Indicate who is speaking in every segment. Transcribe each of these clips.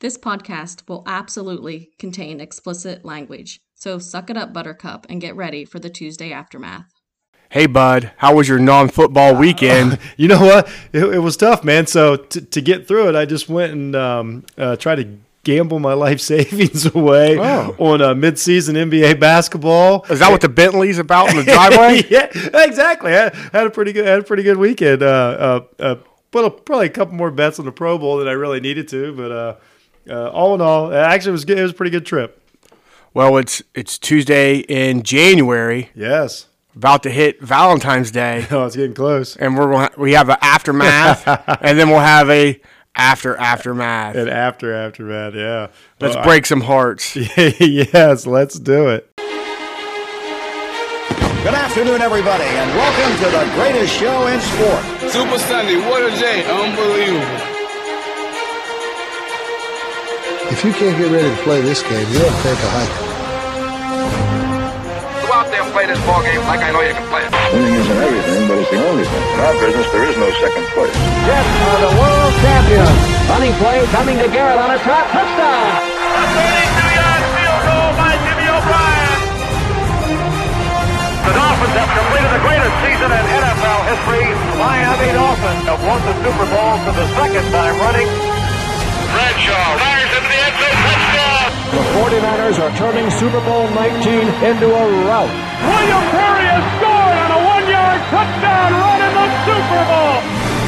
Speaker 1: This podcast will absolutely contain explicit language, so suck it up, Buttercup, and get ready for the Tuesday aftermath.
Speaker 2: Hey, bud, how was your non
Speaker 3: Uh,
Speaker 2: football weekend?
Speaker 3: you know what? It, it was tough, man. So t- to get through it, I just went and um, uh, tried to gamble my life savings away
Speaker 2: Oh.
Speaker 3: on uh, midseason NBA basketball.
Speaker 2: Is that what the Bentley's about in the driveway?
Speaker 3: yeah, exactly. I had a pretty good had a pretty good weekend. Uh, uh, uh, put a, probably a couple more bets on the Pro Bowl than I really needed to, but uh, uh, all in all, actually, it was good. It was a pretty good trip.
Speaker 2: Well, it's it's Tuesday in January,
Speaker 3: Yes.
Speaker 2: about to hit Valentine's Day,
Speaker 3: Oh, it's getting close.
Speaker 2: and we're gonna, we have an aftermath, and then we'll have a after aftermath.
Speaker 3: And uh, after aftermath, yeah.
Speaker 2: Let's
Speaker 3: Well,
Speaker 2: break some hearts.
Speaker 3: yes, let's do it.
Speaker 4: Good afternoon, everybody, and welcome to the greatest show in sport.
Speaker 5: Super Sunday, what a day, unbelievable.
Speaker 6: If you can't get ready to play this game, you ought to take a hike.
Speaker 7: Go out there and play this ball game like I know you can play it.
Speaker 8: Winning isn't everything, but it's the only thing. In our business, there is no second place.
Speaker 4: Jets are the world champions. Running play coming to Garrett on a trap touchdown.
Speaker 7: The Dolphins have completed the greatest season in NFL history. Miami Dolphins have won the Super Bowl for the second time running. Bradshaw fires into the end zone. Touchdown!
Speaker 4: The 49ers are turning Super Bowl 19 into a rout.
Speaker 7: William Perry has scored on a one-yard touchdown run in the Super Bowl.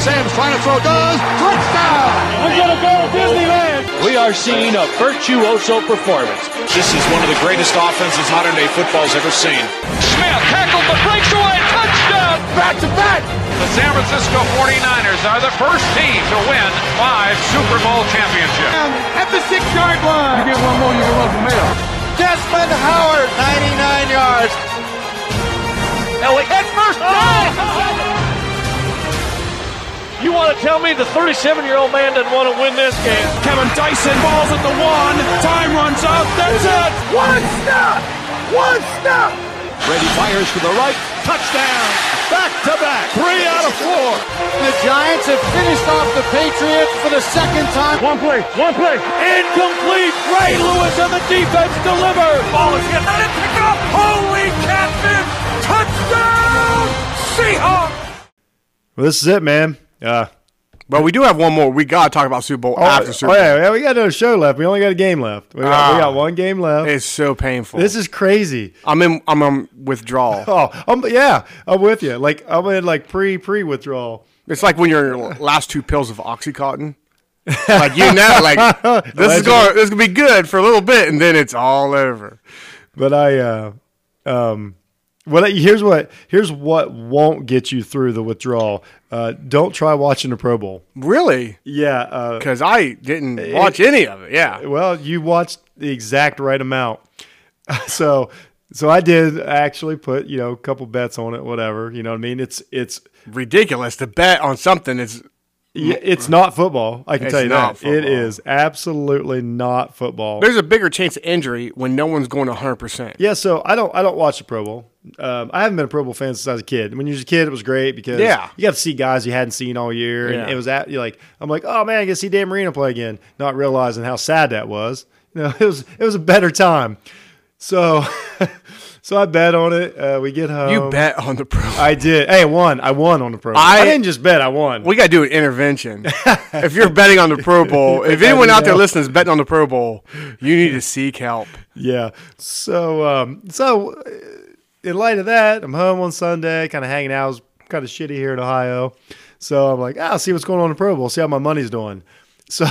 Speaker 4: Sam's final throw does touchdown.
Speaker 7: We're gonna go to Disneyland.
Speaker 9: We are seeing a virtuoso performance. This is one of the greatest offenses modern day football's ever seen.
Speaker 7: Smith tackled but breaks away. Touchdown!
Speaker 4: Back to back.
Speaker 7: The San Francisco 49ers are the first team to win five Super Bowl championships.
Speaker 4: Um, At the six-yard line. You get one more, you get one from there. Desmond Howard, 99 yards. Ellie, head first down.
Speaker 9: Oh! You want to tell me the 37 year old man didn't want to win this game? Kevin Dyson balls at the one. Time runs out. That's it.
Speaker 4: One stop. One stop.
Speaker 9: Brady fires to the right. Touchdown. Back to back. Three out of four.
Speaker 4: The Giants have finished off the Patriots for the second time.
Speaker 9: One play. One play. Incomplete. Ray Lewis on the defense delivers. Ball is good. Let it pick up. Holy catfish. Touchdown. Seahawks.
Speaker 3: Well, this is it, man. Uh,
Speaker 2: But we do have one more. We gotta talk about Super Bowl
Speaker 3: oh,
Speaker 2: after Super
Speaker 3: oh,
Speaker 2: Bowl.
Speaker 3: yeah, yeah, we got another show left. We only got a game left. We got, we
Speaker 2: Ah.
Speaker 3: got one game left.
Speaker 2: It's so painful.
Speaker 3: this is crazy.
Speaker 2: I'm in I'm on withdrawal.
Speaker 3: Oh, um, yeah, I'm with you. Like I'm in like pre pre withdrawal.
Speaker 2: It's like when your last two pills of OxyContin. Like you know, like this is
Speaker 3: Allegedly.
Speaker 2: going this is gonna be good for a little bit, and then it's all over.
Speaker 3: But I, uh, um, well, here's what here's what won't get you through the withdrawal. Uh, don't try watching the Pro Bowl.
Speaker 2: Really?
Speaker 3: Yeah. Uh,
Speaker 2: Because I didn't watch any of it. Yeah.
Speaker 3: Well, you watched the exact right amount. So so I did actually put, you know, a couple bets on it, whatever. You know what I mean? It's it's
Speaker 2: Ridiculous to bet on something is
Speaker 3: y- it's not football. I can
Speaker 2: It's
Speaker 3: tell you
Speaker 2: not
Speaker 3: that. It
Speaker 2: football.
Speaker 3: is absolutely not football.
Speaker 2: there's a bigger chance of injury when no one's going hundred percent.
Speaker 3: Yeah, so I don't I don't watch the Pro Bowl. Um, I haven't been a Pro Bowl fan since I was a kid. When you was a kid, it was great because
Speaker 2: Yeah.
Speaker 3: you got to see guys you hadn't seen all year, and
Speaker 2: Yeah.
Speaker 3: it was at you like I'm like, oh man, I get to see Dan Marino play again, not realizing how sad that was. You know, it was it was a better time. So, so I bet on it. Uh, we get home.
Speaker 2: You bet on the pro.
Speaker 3: I did. Hey, I won. I won on the Pro Bowl.
Speaker 2: I-
Speaker 3: I, didn't just bet. I won.
Speaker 2: we got to do an intervention. if you're betting on the Pro Bowl, if anyone out there listening is betting on the Pro Bowl, you need to seek help.
Speaker 3: yeah. So, um, so uh, in light of that, I'm home on Sunday, kind of hanging out. It was kind of shitty here in Ohio. So I'm like, ah, I'll see what's going on in the Pro Bowl, see how my money's doing. So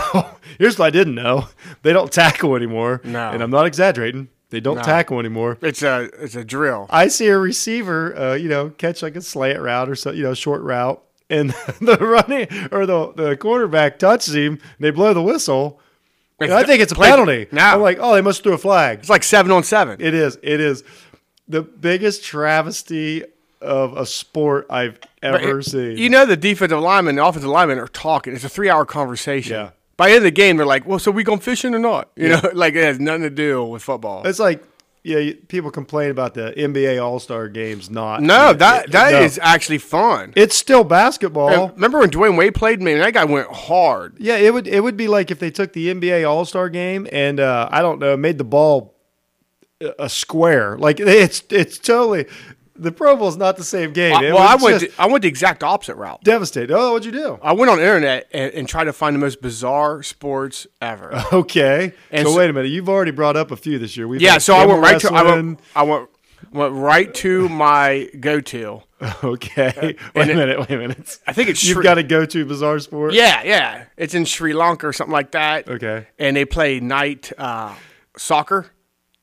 Speaker 3: here's what I didn't know: they don't tackle anymore.
Speaker 2: No.
Speaker 3: and I'm not exaggerating. They don't tackle anymore.
Speaker 2: It's a it's a drill.
Speaker 3: I see a receiver, uh, you know, catch like a slant route or so, you know, short route, and the running or the the quarterback touches him. And they blow the whistle. And I think it's a
Speaker 2: Play-
Speaker 3: penalty.
Speaker 2: No.
Speaker 3: I'm like, oh, they must throw a flag.
Speaker 2: It's like seven on seven.
Speaker 3: It is. It is the biggest travesty of a sport I've ever seen.
Speaker 2: You know the defensive lineman, the offensive lineman are talking. It's a three hour conversation.
Speaker 3: Yeah.
Speaker 2: By the end of the game, they're like, "Well, so we going fishing or not?" You know, like it has nothing to do with football.
Speaker 3: it's like yeah, you- people complain about the NBA All Star games not.
Speaker 2: No, that that is
Speaker 3: No.
Speaker 2: actually fun.
Speaker 3: It's still basketball.
Speaker 2: Remember when Dwayne Wade played? Man, that guy went hard.
Speaker 3: yeah, it would it would be like if they took the NBA All Star game and uh, I don't know made the ball uh, a- a square. Like it's it's totally the Pro Bowl is not the same game.
Speaker 2: I-
Speaker 3: It
Speaker 2: well, I
Speaker 3: was
Speaker 2: went
Speaker 3: just
Speaker 2: the- I went the exact opposite route.
Speaker 3: devastated. Oh, what'd you do?
Speaker 2: I went on the internet and, and tried to find the most bizarre sports ever.
Speaker 3: Okay,
Speaker 2: And
Speaker 3: so,
Speaker 2: so-
Speaker 3: wait a minute. You've already brought up a few this year. We've
Speaker 2: yeah,
Speaker 3: had
Speaker 2: so I
Speaker 3: camel
Speaker 2: went right to I
Speaker 3: wrestling.
Speaker 2: went I went, went right to my go to.
Speaker 3: Okay, wait a
Speaker 2: Uh, it-
Speaker 3: minute. Wait a minute.
Speaker 2: I think it's
Speaker 3: You've
Speaker 2: Shri-
Speaker 3: got to go to bizarre sport.
Speaker 2: Yeah, yeah. It's in Sri Lanka or something like that.
Speaker 3: Okay.
Speaker 2: And they play night uh, soccer,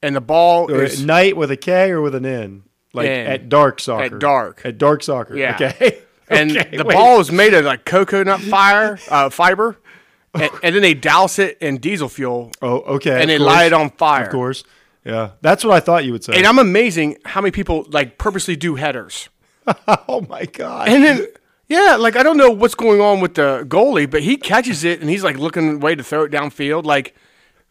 Speaker 2: and the ball
Speaker 3: Or
Speaker 2: is
Speaker 3: at night with a K or with an N? Like
Speaker 2: N.
Speaker 3: at dark soccer.
Speaker 2: At dark.
Speaker 3: At dark soccer.
Speaker 2: Yeah.
Speaker 3: Okay.
Speaker 2: and
Speaker 3: Okay,
Speaker 2: the
Speaker 3: wait.
Speaker 2: ball is made of like coconut fire uh, fiber, and, and then they douse it in diesel fuel,
Speaker 3: Oh, okay.
Speaker 2: and
Speaker 3: of
Speaker 2: they
Speaker 3: course.
Speaker 2: light it on fire.
Speaker 3: Of course. Yeah. That's what I thought you would say.
Speaker 2: And I'm amazing how many people like purposely do headers.
Speaker 3: oh my god.
Speaker 2: And then yeah, like I don't know what's going on with the goalie, but he catches it and he's like looking way to throw it downfield. Like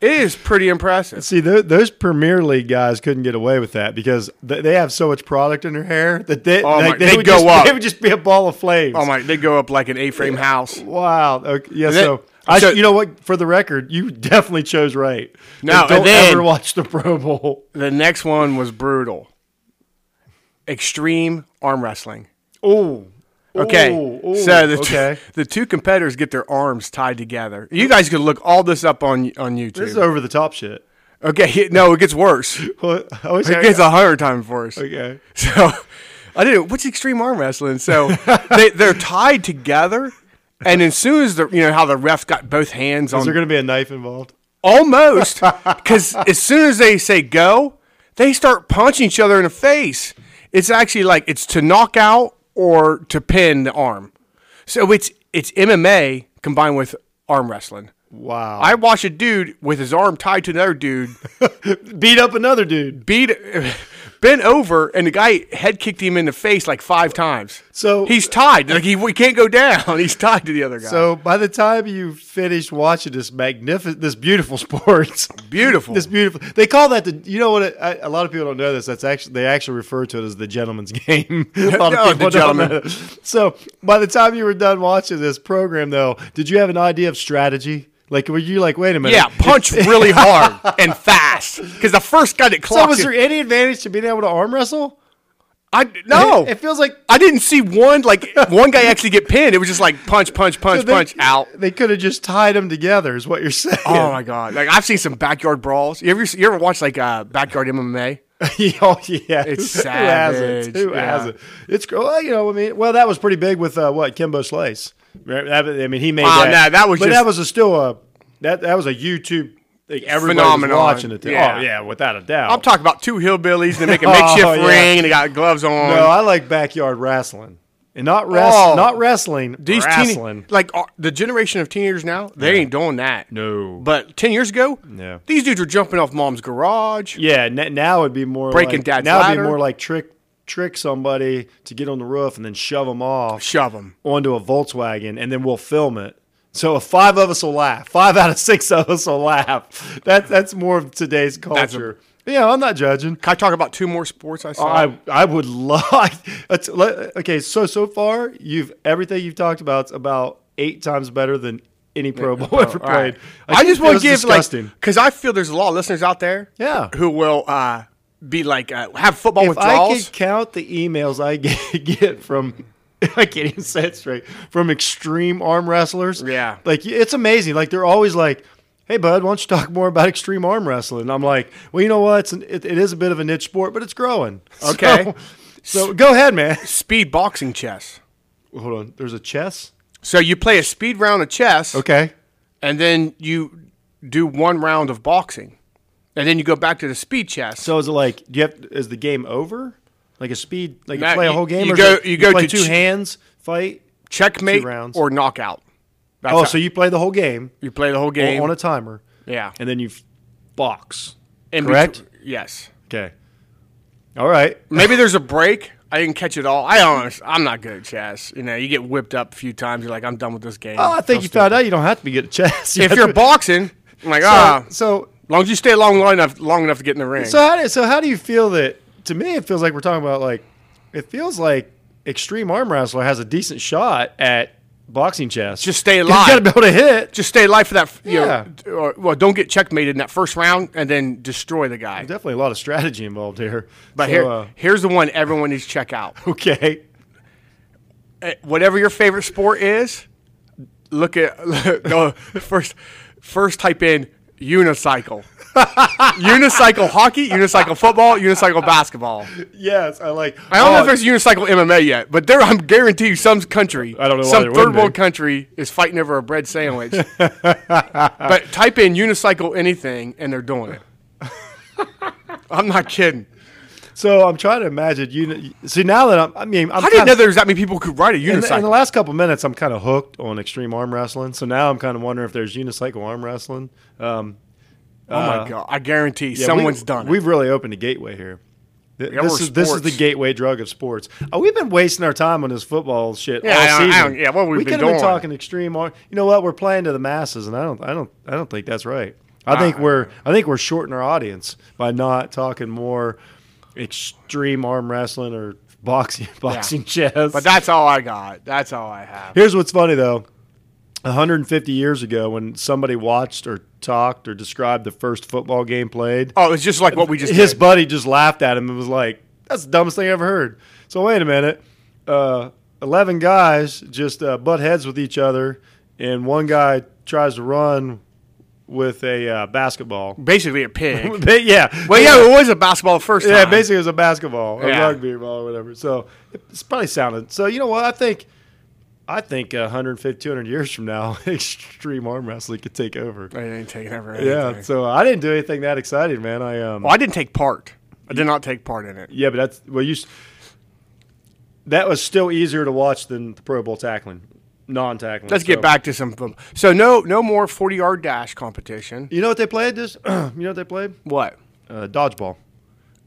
Speaker 2: it is pretty impressive.
Speaker 3: See, tho- those Premier League guys couldn't get away with that because th- they have so much product in their hair that they,
Speaker 2: Oh my-
Speaker 3: like, they
Speaker 2: they
Speaker 3: would
Speaker 2: go
Speaker 3: just,
Speaker 2: up.
Speaker 3: It would just be a ball of flames.
Speaker 2: Oh my! They go up like an A-frame house.
Speaker 3: Wow. Okay. Yeah.
Speaker 2: then-
Speaker 3: so, I,
Speaker 2: so-
Speaker 3: you know what? For the record, you definitely chose right.
Speaker 2: No,
Speaker 3: And
Speaker 2: and
Speaker 3: don't
Speaker 2: then-
Speaker 3: ever watch the Pro Bowl.
Speaker 2: The next one was brutal. Extreme arm wrestling.
Speaker 3: Oh.
Speaker 2: Okay.
Speaker 3: Ooh, ooh,
Speaker 2: so the, two-
Speaker 3: okay.
Speaker 2: the two competitors get their arms tied together. You guys could look all this up on on YouTube.
Speaker 3: This is over the top shit.
Speaker 2: okay. No, it gets worse.
Speaker 3: Well, I always
Speaker 2: It gets a hundred times worse.
Speaker 3: okay.
Speaker 2: So I didn't. What's extreme arm wrestling? So they they're tied together, and as soon as the you know how the ref got both hands on
Speaker 3: Is there going to be a knife involved?
Speaker 2: almost because as soon as they say go, they start punching each other in the face. It's actually like it's to knock out or to pin the arm. So it's it's MMA combined with arm wrestling.
Speaker 3: Wow.
Speaker 2: I watched a dude with his arm tied to another dude
Speaker 3: beat up another dude.
Speaker 2: beat bent over and the guy head kicked him in the face like five times.
Speaker 3: So-
Speaker 2: he's tied. Like he, he can't go down. He's tied to the other guy.
Speaker 3: So by the time you finish watching this magnificent, this beautiful sport,
Speaker 2: beautiful.
Speaker 3: this beautiful, they call that the. You know what? It, I, a lot of people don't know this. That's actually they actually refer to it as the gentleman's game. a lot
Speaker 2: Oh, the
Speaker 3: of people don't know.
Speaker 2: gentleman.
Speaker 3: that. So by the time you were done watching this program, though, did you have an idea of strategy? Like, were you like, wait a minute?
Speaker 2: yeah, punch really hard and fast because the first guy that
Speaker 3: So
Speaker 2: clocked
Speaker 3: was
Speaker 2: it-
Speaker 3: there any advantage to being able to arm wrestle?
Speaker 2: I no.
Speaker 3: It, it feels like
Speaker 2: I didn't see one like one guy actually get pinned. It was just like punch, punch, punch,
Speaker 3: they-
Speaker 2: punch out.
Speaker 3: They could have just tied them together, is what you're saying.
Speaker 2: Oh my god! Like I've seen some backyard brawls. You ever you ever watch like uh, backyard MMA?
Speaker 3: oh yeah,
Speaker 2: It's
Speaker 3: Who hasn't?
Speaker 2: savage,
Speaker 3: Who
Speaker 2: yeah.
Speaker 3: hasn't? It's well, you know, I mean, well, that was pretty big with uh, what Kimbo Slice. Remember that? I mean, he made.
Speaker 2: Oh,
Speaker 3: that.
Speaker 2: no, that was
Speaker 3: but
Speaker 2: just-
Speaker 3: that was a, still a that that was a YouTube. Like everybody
Speaker 2: Phenomenon,
Speaker 3: was watching it. then.
Speaker 2: yeah.
Speaker 3: Oh yeah, without a doubt.
Speaker 2: I'm talking about two hillbillies. They make a
Speaker 3: Oh,
Speaker 2: makeshift
Speaker 3: yeah.
Speaker 2: ring and they got gloves on.
Speaker 3: No, I like backyard wrestling and not rest,
Speaker 2: Oh.
Speaker 3: not wrestling.
Speaker 2: These
Speaker 3: wrestling.
Speaker 2: teen, like uh, the generation of teenagers now, they ain't doing that.
Speaker 3: No.
Speaker 2: But ten years ago,
Speaker 3: No.
Speaker 2: these dudes were jumping off mom's garage.
Speaker 3: Yeah, n- now it'd be more
Speaker 2: Breaking
Speaker 3: like,
Speaker 2: dad's
Speaker 3: Now it'd be
Speaker 2: ladder.
Speaker 3: more like trick trick somebody to get on the roof and then shove them off
Speaker 2: Shove them.
Speaker 3: onto a Volkswagen, and then we'll film it. So if five of us will laugh. Five out of six of us will laugh. That that's more of today's
Speaker 2: That's a-
Speaker 3: culture. yeah, I'm not judging.
Speaker 2: Can I talk about two more sports I saw?
Speaker 3: I I would love. That's- let- okay, so so far you've everything you've talked about is about eight times better than any Pro Bowl ever
Speaker 2: Oh, All right.
Speaker 3: played.
Speaker 2: I just want to
Speaker 3: feels
Speaker 2: give
Speaker 3: disgusting.
Speaker 2: like because I feel there's a lot of listeners out there,
Speaker 3: Yeah.
Speaker 2: who will uh, be like uh, have football
Speaker 3: if I
Speaker 2: withdrawals.
Speaker 3: could count the emails I get, get from, I can't even say it straight, from extreme arm wrestlers.
Speaker 2: Yeah.
Speaker 3: Like, it's amazing. Like, they're always like, hey, bud, why don't you talk more about extreme arm wrestling? And I'm like, well, you know what? It's an, it, it is a bit of a niche sport, but it's growing.
Speaker 2: Okay.
Speaker 3: So, so go ahead, man.
Speaker 2: Speed boxing chess.
Speaker 3: Hold on. There's a chess.
Speaker 2: So you play a speed round of chess,
Speaker 3: Okay.
Speaker 2: and then you do one round of boxing, and then you go back to the speed chess.
Speaker 3: So is it like, do you have, is the game over? Like a speed, like you
Speaker 2: No,
Speaker 3: play a
Speaker 2: you-
Speaker 3: whole game?
Speaker 2: you
Speaker 3: or is
Speaker 2: go-
Speaker 3: it-
Speaker 2: you go
Speaker 3: play
Speaker 2: to
Speaker 3: two
Speaker 2: ch-
Speaker 3: hands, fight?
Speaker 2: checkmate
Speaker 3: Two rounds.
Speaker 2: or knockout. That's
Speaker 3: Oh,
Speaker 2: how-
Speaker 3: so you play the whole game,
Speaker 2: you play the whole game
Speaker 3: on a timer,
Speaker 2: yeah,
Speaker 3: and then you f- box.
Speaker 2: In
Speaker 3: correct?
Speaker 2: between- yes.
Speaker 3: Okay. All right.
Speaker 2: Maybe there's a break. I didn't catch it all. I don't. I'm not good at chess. You know, you get whipped up a few times. You're like, I'm done with this game.
Speaker 3: Oh, I think you found out you don't have to be good at chess. You
Speaker 2: if
Speaker 3: have
Speaker 2: you're
Speaker 3: to-
Speaker 2: boxing, I'm like,
Speaker 3: so,
Speaker 2: ah,
Speaker 3: so
Speaker 2: long as you stay long enough, long enough to get in the ring.
Speaker 3: So how do, so how do you feel that? To me, it feels like we're talking about like it feels like extreme arm wrestler has a decent shot at boxing chess.
Speaker 2: Just stay
Speaker 3: you got to
Speaker 2: alive.
Speaker 3: be able to hit.
Speaker 2: just stay alive for that. f- You
Speaker 3: Yeah.
Speaker 2: know, or, well, don't get checkmated in that first round and then destroy the guy.
Speaker 3: Definitely a lot of strategy involved here.
Speaker 2: But
Speaker 3: So,
Speaker 2: here,
Speaker 3: uh,
Speaker 2: here's the one everyone needs to check out. Eh,
Speaker 3: okay,
Speaker 2: Whatever your favorite sport is, look at go first. First, type in unicycle, unicycle hockey, unicycle football, unicycle basketball.
Speaker 3: yes, I like.
Speaker 2: I don't know
Speaker 3: oh,
Speaker 2: if there's unicycle MMA yet, but there I'm guarantee you some country,
Speaker 3: I don't know why
Speaker 2: some
Speaker 3: there
Speaker 2: third
Speaker 3: wouldn't
Speaker 2: world
Speaker 3: be.
Speaker 2: country is fighting over a bread sandwich. but type in unicycle anything and they're doing it. I'm not kidding.
Speaker 3: So I'm trying to imagine. You see now that I'm. I mean, I'm
Speaker 2: I didn't
Speaker 3: kinda-
Speaker 2: know there was that many people who could ride a
Speaker 3: in the, in the
Speaker 2: unicycle.
Speaker 3: last couple minutes, I'm kind of hooked on extreme arm wrestling. So now I'm kind of wondering if there's unicycle arm wrestling. Um,
Speaker 2: oh my god! I guarantee
Speaker 3: yeah,
Speaker 2: someone's
Speaker 3: we,
Speaker 2: done it.
Speaker 3: We've really opened a gateway here. Th-
Speaker 2: Yeah,
Speaker 3: This
Speaker 2: we're
Speaker 3: is this is the
Speaker 2: sports.
Speaker 3: gateway drug of sports. Oh, we've been wasting our time on this football shit
Speaker 2: Yeah,
Speaker 3: all
Speaker 2: I don't- I
Speaker 3: season.
Speaker 2: don't- yeah, what we've
Speaker 3: we
Speaker 2: been
Speaker 3: could have been
Speaker 2: doing.
Speaker 3: talking extreme arm. You know what? We're playing to the masses, and I don't, I don't, I don't think that's right. I
Speaker 2: Uh.
Speaker 3: think we're, I think we're shorting our audience by not talking more extreme arm wrestling or boxing, boxing chess.
Speaker 2: But that's all I got. That's all I have.
Speaker 3: Here's what's funny though. 150 years ago, when somebody watched or talked or described the first football game played,
Speaker 2: Oh, it's just like what we just
Speaker 3: his
Speaker 2: did.
Speaker 3: buddy just laughed at him and was like, "That's the dumbest thing I ever heard." So wait a minute, uh, 11 guys just uh, butt heads with each other, and one guy tries to run with a uh, basketball.
Speaker 2: basically a pig.
Speaker 3: But yeah,
Speaker 2: well, yeah, it was a basketball the first
Speaker 3: yeah,
Speaker 2: time.
Speaker 3: basically it was a basketball, or
Speaker 2: Yeah.
Speaker 3: rugby ball, or whatever. So it's probably sounded. So you know what? I think, I think 150, 200 years from now, extreme arm wrestling could take over.
Speaker 2: I didn't take it ever.
Speaker 3: Yeah. So I didn't do anything that exciting, man. I um.
Speaker 2: Well, I didn't take part. I did not take part in it.
Speaker 3: Yeah, but that's well, you. s- That was still easier to watch than the Pro Bowl tackling, non-tackling.
Speaker 2: Let's
Speaker 3: So-
Speaker 2: get back to some. fo- So no, no more forty-yard dash competition.
Speaker 3: You know what they played? This. you know what they played?
Speaker 2: What?
Speaker 3: uh, dodgeball.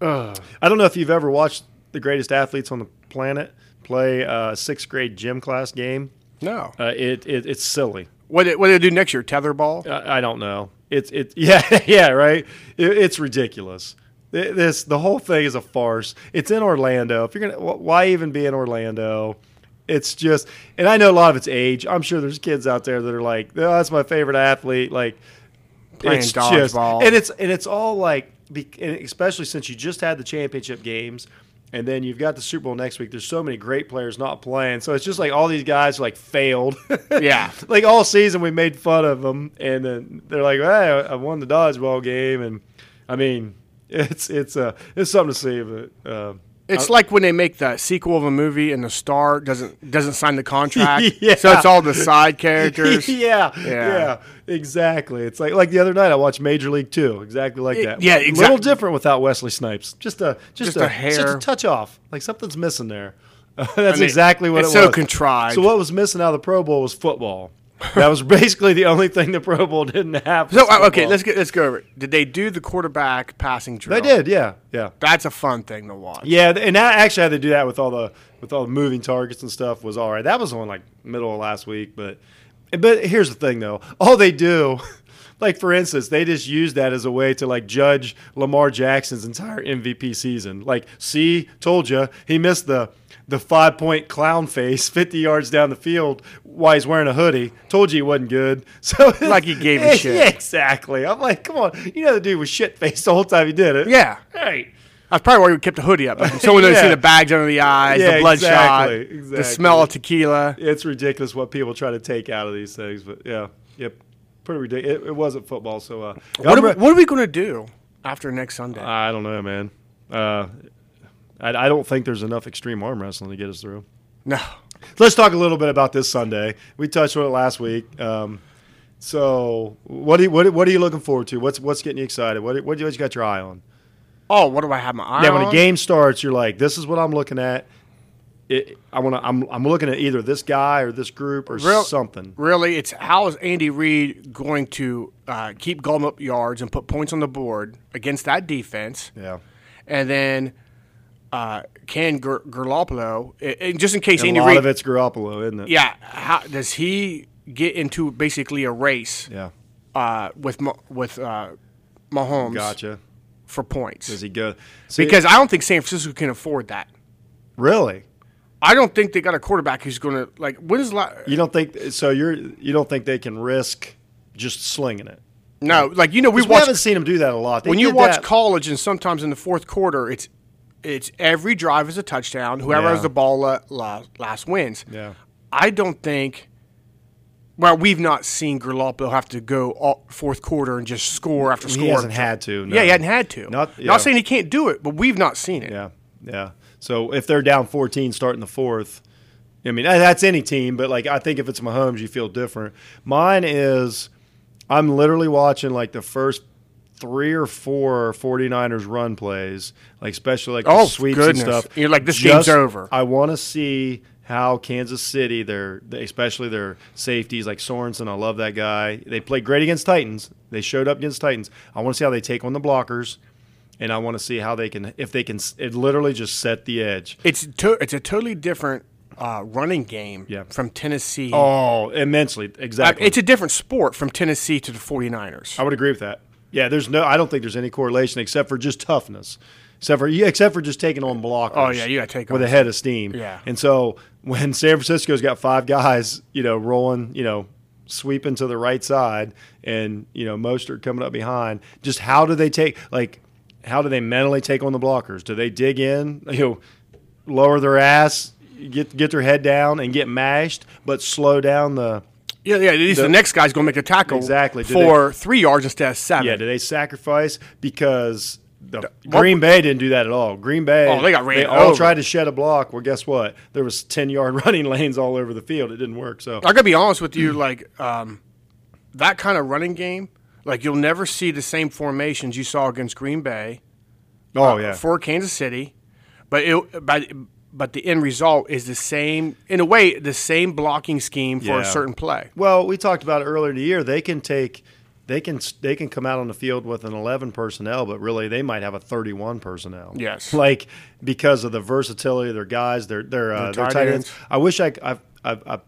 Speaker 3: I don't know if you've ever watched the greatest athletes on the planet play a sixth grade gym class game.
Speaker 2: No.
Speaker 3: Uh, it, it it's silly.
Speaker 2: What? They, what do they do next year? Tetherball.
Speaker 3: I, I don't know. It's it yeah yeah right. It, it's ridiculous. Th- This the whole thing is a farce. It's in Orlando. If you're gonna, wh- why even be in Orlando? It's just, and I know a lot of it's age. I'm sure there's kids out there that are like, oh, that's my favorite athlete. Like,
Speaker 2: Playing dodgeball.
Speaker 3: and it's and it's all like, be- and especially since you just had the championship games, and then you've got the Super Bowl next week. There's so many great players not playing, so it's just like all these guys like failed.
Speaker 2: Yeah.
Speaker 3: like all season we made fun of them, and then they're like, "Hey, I won the dodgeball game," and I mean, it's it's uh it's something to see, but uh,
Speaker 2: It's like when they make the sequel of a movie and the star doesn't doesn't sign the contract.
Speaker 3: Yeah.
Speaker 2: So it's all the side characters.
Speaker 3: yeah, yeah, exactly. It's like like the other night I watched Major League Two, exactly like
Speaker 2: Y-
Speaker 3: that.
Speaker 2: yeah,
Speaker 3: A little
Speaker 2: exact-
Speaker 3: different without Wesley Snipes. Just a just,
Speaker 2: Just
Speaker 3: a,
Speaker 2: a hair.
Speaker 3: just a touch off. Like something's missing there. That's
Speaker 2: mean,
Speaker 3: exactly what
Speaker 2: it's
Speaker 3: it
Speaker 2: so
Speaker 3: was.
Speaker 2: contrived.
Speaker 3: So what was missing out of the Pro Bowl was football. that was basically the only thing the Pro Bowl didn't have.
Speaker 2: So
Speaker 3: was
Speaker 2: uh, okay,
Speaker 3: football.
Speaker 2: let's get let's go over. it. Did they do the quarterback passing
Speaker 3: They
Speaker 2: drill?
Speaker 3: did, yeah, yeah.
Speaker 2: That's a fun thing to watch.
Speaker 3: Yeah, th- and I actually had to do that with all the with all the moving targets and stuff was all right. That was on like middle of last week, but but here's the thing though. All they do, like for instance, they just use that as a way to like judge Lamar Jackson's entire MVP season. Like, see, told you he missed the the five point clown face fifty yards down the field while he's wearing a hoodie. Told you he wasn't good. So
Speaker 2: Like he gave a shit.
Speaker 3: Yeah, exactly. I'm like, come on, you know the dude was shit faced the whole time he did it.
Speaker 2: Yeah.
Speaker 3: Right.
Speaker 2: That's probably why we kept the hoodie up. So we don't
Speaker 3: Yeah.
Speaker 2: see the bags under the eyes,
Speaker 3: Yeah,
Speaker 2: the bloodshot,
Speaker 3: exactly,
Speaker 2: the
Speaker 3: exactly.
Speaker 2: smell of tequila.
Speaker 3: it's ridiculous what people try to take out of these things. But yeah, yep, pretty ridiculous. It, it wasn't football, so uh,
Speaker 2: What
Speaker 3: I'm
Speaker 2: are, we-
Speaker 3: re-
Speaker 2: what are we going to do after next Sunday?
Speaker 3: I don't know, man. Uh, I, I don't think there's enough extreme arm wrestling to get us through.
Speaker 2: no.
Speaker 3: Let's talk a little bit about this Sunday. We touched on it last week. Um, so what do you, what, what are you looking forward to? What's what's getting you excited? What what, what you got your eye on?
Speaker 2: Oh, what do I have my eye
Speaker 3: Yeah,
Speaker 2: on?
Speaker 3: when a game starts, you're like, this is what I'm looking at. It, I want to. I'm I'm looking at either this guy or this group or
Speaker 2: Real-
Speaker 3: something.
Speaker 2: Really, it's how is Andy Reid going to uh, keep Goldman up yards and put points on the board against that defense?
Speaker 3: Yeah.
Speaker 2: And then uh, can Ger- Garoppolo, a- and just in case
Speaker 3: And a
Speaker 2: Andy
Speaker 3: lot
Speaker 2: Reid,
Speaker 3: of it's Garoppolo, isn't it?
Speaker 2: yeah, how, does he get into basically a race
Speaker 3: Yeah.
Speaker 2: uh, with Mo- with uh, Mahomes
Speaker 3: Gotcha.
Speaker 2: for points
Speaker 3: Does he go? See,
Speaker 2: because I don't think San Francisco can afford that.
Speaker 3: really,
Speaker 2: I don't think they got a quarterback who's going to like. When is la-
Speaker 3: you don't think so? You're you don't think they can risk just slinging it?
Speaker 2: no like you know we
Speaker 3: We,
Speaker 2: watch
Speaker 3: haven't seen them do that a lot. They
Speaker 2: when you
Speaker 3: did
Speaker 2: watch
Speaker 3: that-
Speaker 2: college and sometimes in the fourth quarter it's it's every drive is a touchdown. Whoever
Speaker 3: Yeah.
Speaker 2: has the ball la- la- last wins.
Speaker 3: yeah,
Speaker 2: I don't think. Well, we've not seen Garoppolo have to go all fourth quarter and just score after score.
Speaker 3: he hasn't had to. No.
Speaker 2: Yeah, he hadn't had to.
Speaker 3: Not-
Speaker 2: Not,
Speaker 3: yeah.
Speaker 2: saying he can't do it, but we've not seen it.
Speaker 3: Yeah, yeah. So if they're down 14 starting the fourth, I mean, that's any team, but like I think if it's Mahomes, you feel different. Mine is I'm literally watching like the first three or four 49ers run plays, like especially like the
Speaker 2: Oh,
Speaker 3: sweeps
Speaker 2: goodness.
Speaker 3: and stuff.
Speaker 2: You're like, this
Speaker 3: Just-
Speaker 2: game's over.
Speaker 3: I want to see how Kansas City, their especially their safeties like Sorensen, I love that guy. They played great against Titans. They showed up against Titans. I want to see how they take on the blockers, and I want to see how they can if they can s- it literally just set the edge.
Speaker 2: It's to, it's a totally different uh, running game
Speaker 3: Yeah.
Speaker 2: from Tennessee.
Speaker 3: Oh, immensely
Speaker 2: Uh,
Speaker 3: exactly. Oh.
Speaker 2: it's a different sport from Tennessee to the 49ers.
Speaker 3: I would agree with that. Yeah, there's no. I don't think there's any correlation except for just toughness, except for yeah, except for just taking on blockers.
Speaker 2: Oh, yeah, you gotta take
Speaker 3: with
Speaker 2: on-
Speaker 3: a head of steam.
Speaker 2: Yeah.
Speaker 3: and so when San Francisco's got five guys, you know, rolling, you know, sweeping to the right side, and you know, Mostert coming up behind. Just how do they take like? How do they mentally take on the blockers? Do they dig in? You know, lower their ass, get get their head down, and get mashed, but slow down the
Speaker 2: Yeah, yeah. At least the,
Speaker 3: The-
Speaker 2: next guy's going to make a tackle
Speaker 3: Exactly. Do
Speaker 2: for three yards instead of seven.
Speaker 3: Yeah, do they sacrifice because the
Speaker 2: what-
Speaker 3: Green Bay didn't do that at all? Green Bay,
Speaker 2: Oh, they got ran
Speaker 3: all
Speaker 2: over.
Speaker 3: tried to shed a block. Well, guess what? There was ten yard running lanes all over the field. It didn't work. So
Speaker 2: I gotta be honest with
Speaker 3: Mm.
Speaker 2: you, like um, that kind of running game, like you'll never see the same formations you saw against Green Bay
Speaker 3: oh yeah,
Speaker 2: uh, for Kansas City, but it but but the end result is the same in a way, the same blocking scheme for
Speaker 3: Yeah.
Speaker 2: a certain play.
Speaker 3: Well, we talked about it earlier in the year. They can take, they can they can come out on the field with an 11 personnel, but really they might have a 31 personnel.
Speaker 2: Yes.
Speaker 3: like because of the versatility of their guys, their their uh, their
Speaker 2: tight
Speaker 3: tight
Speaker 2: ends.
Speaker 3: ends. I wish I I, I I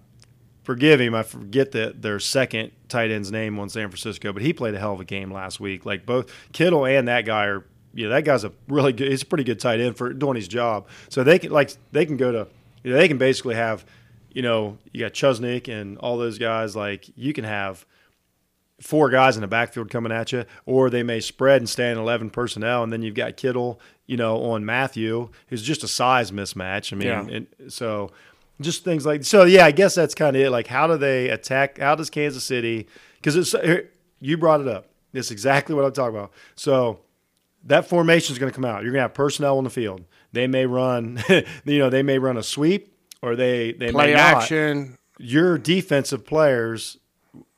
Speaker 3: forgive him. I forget that their second tight end's name on San Francisco, but he played a hell of a game last week. Like both Kittle and that guy are. Yeah, that guy's a really good. He's a pretty good tight end for doing his job. So they can like they can go to you know, they can basically have you know, you got Chuznik and all those guys. Like you can have four guys in the backfield coming at you, or they may spread and stay in eleven personnel, and then you've got Kittle, you know, on Matthew, who's just a size mismatch. I mean,
Speaker 2: Yeah.
Speaker 3: and so just things like so. Yeah, I guess that's kind of it. Like, how do they attack? How does Kansas City? Because it's here, you brought it up. That's exactly what I'm talking about. So that formation is going to come out. You're going to have personnel on the field. They may run, you know, they may run a sweep or they they
Speaker 2: Play
Speaker 3: may not
Speaker 2: action.
Speaker 3: your defensive players,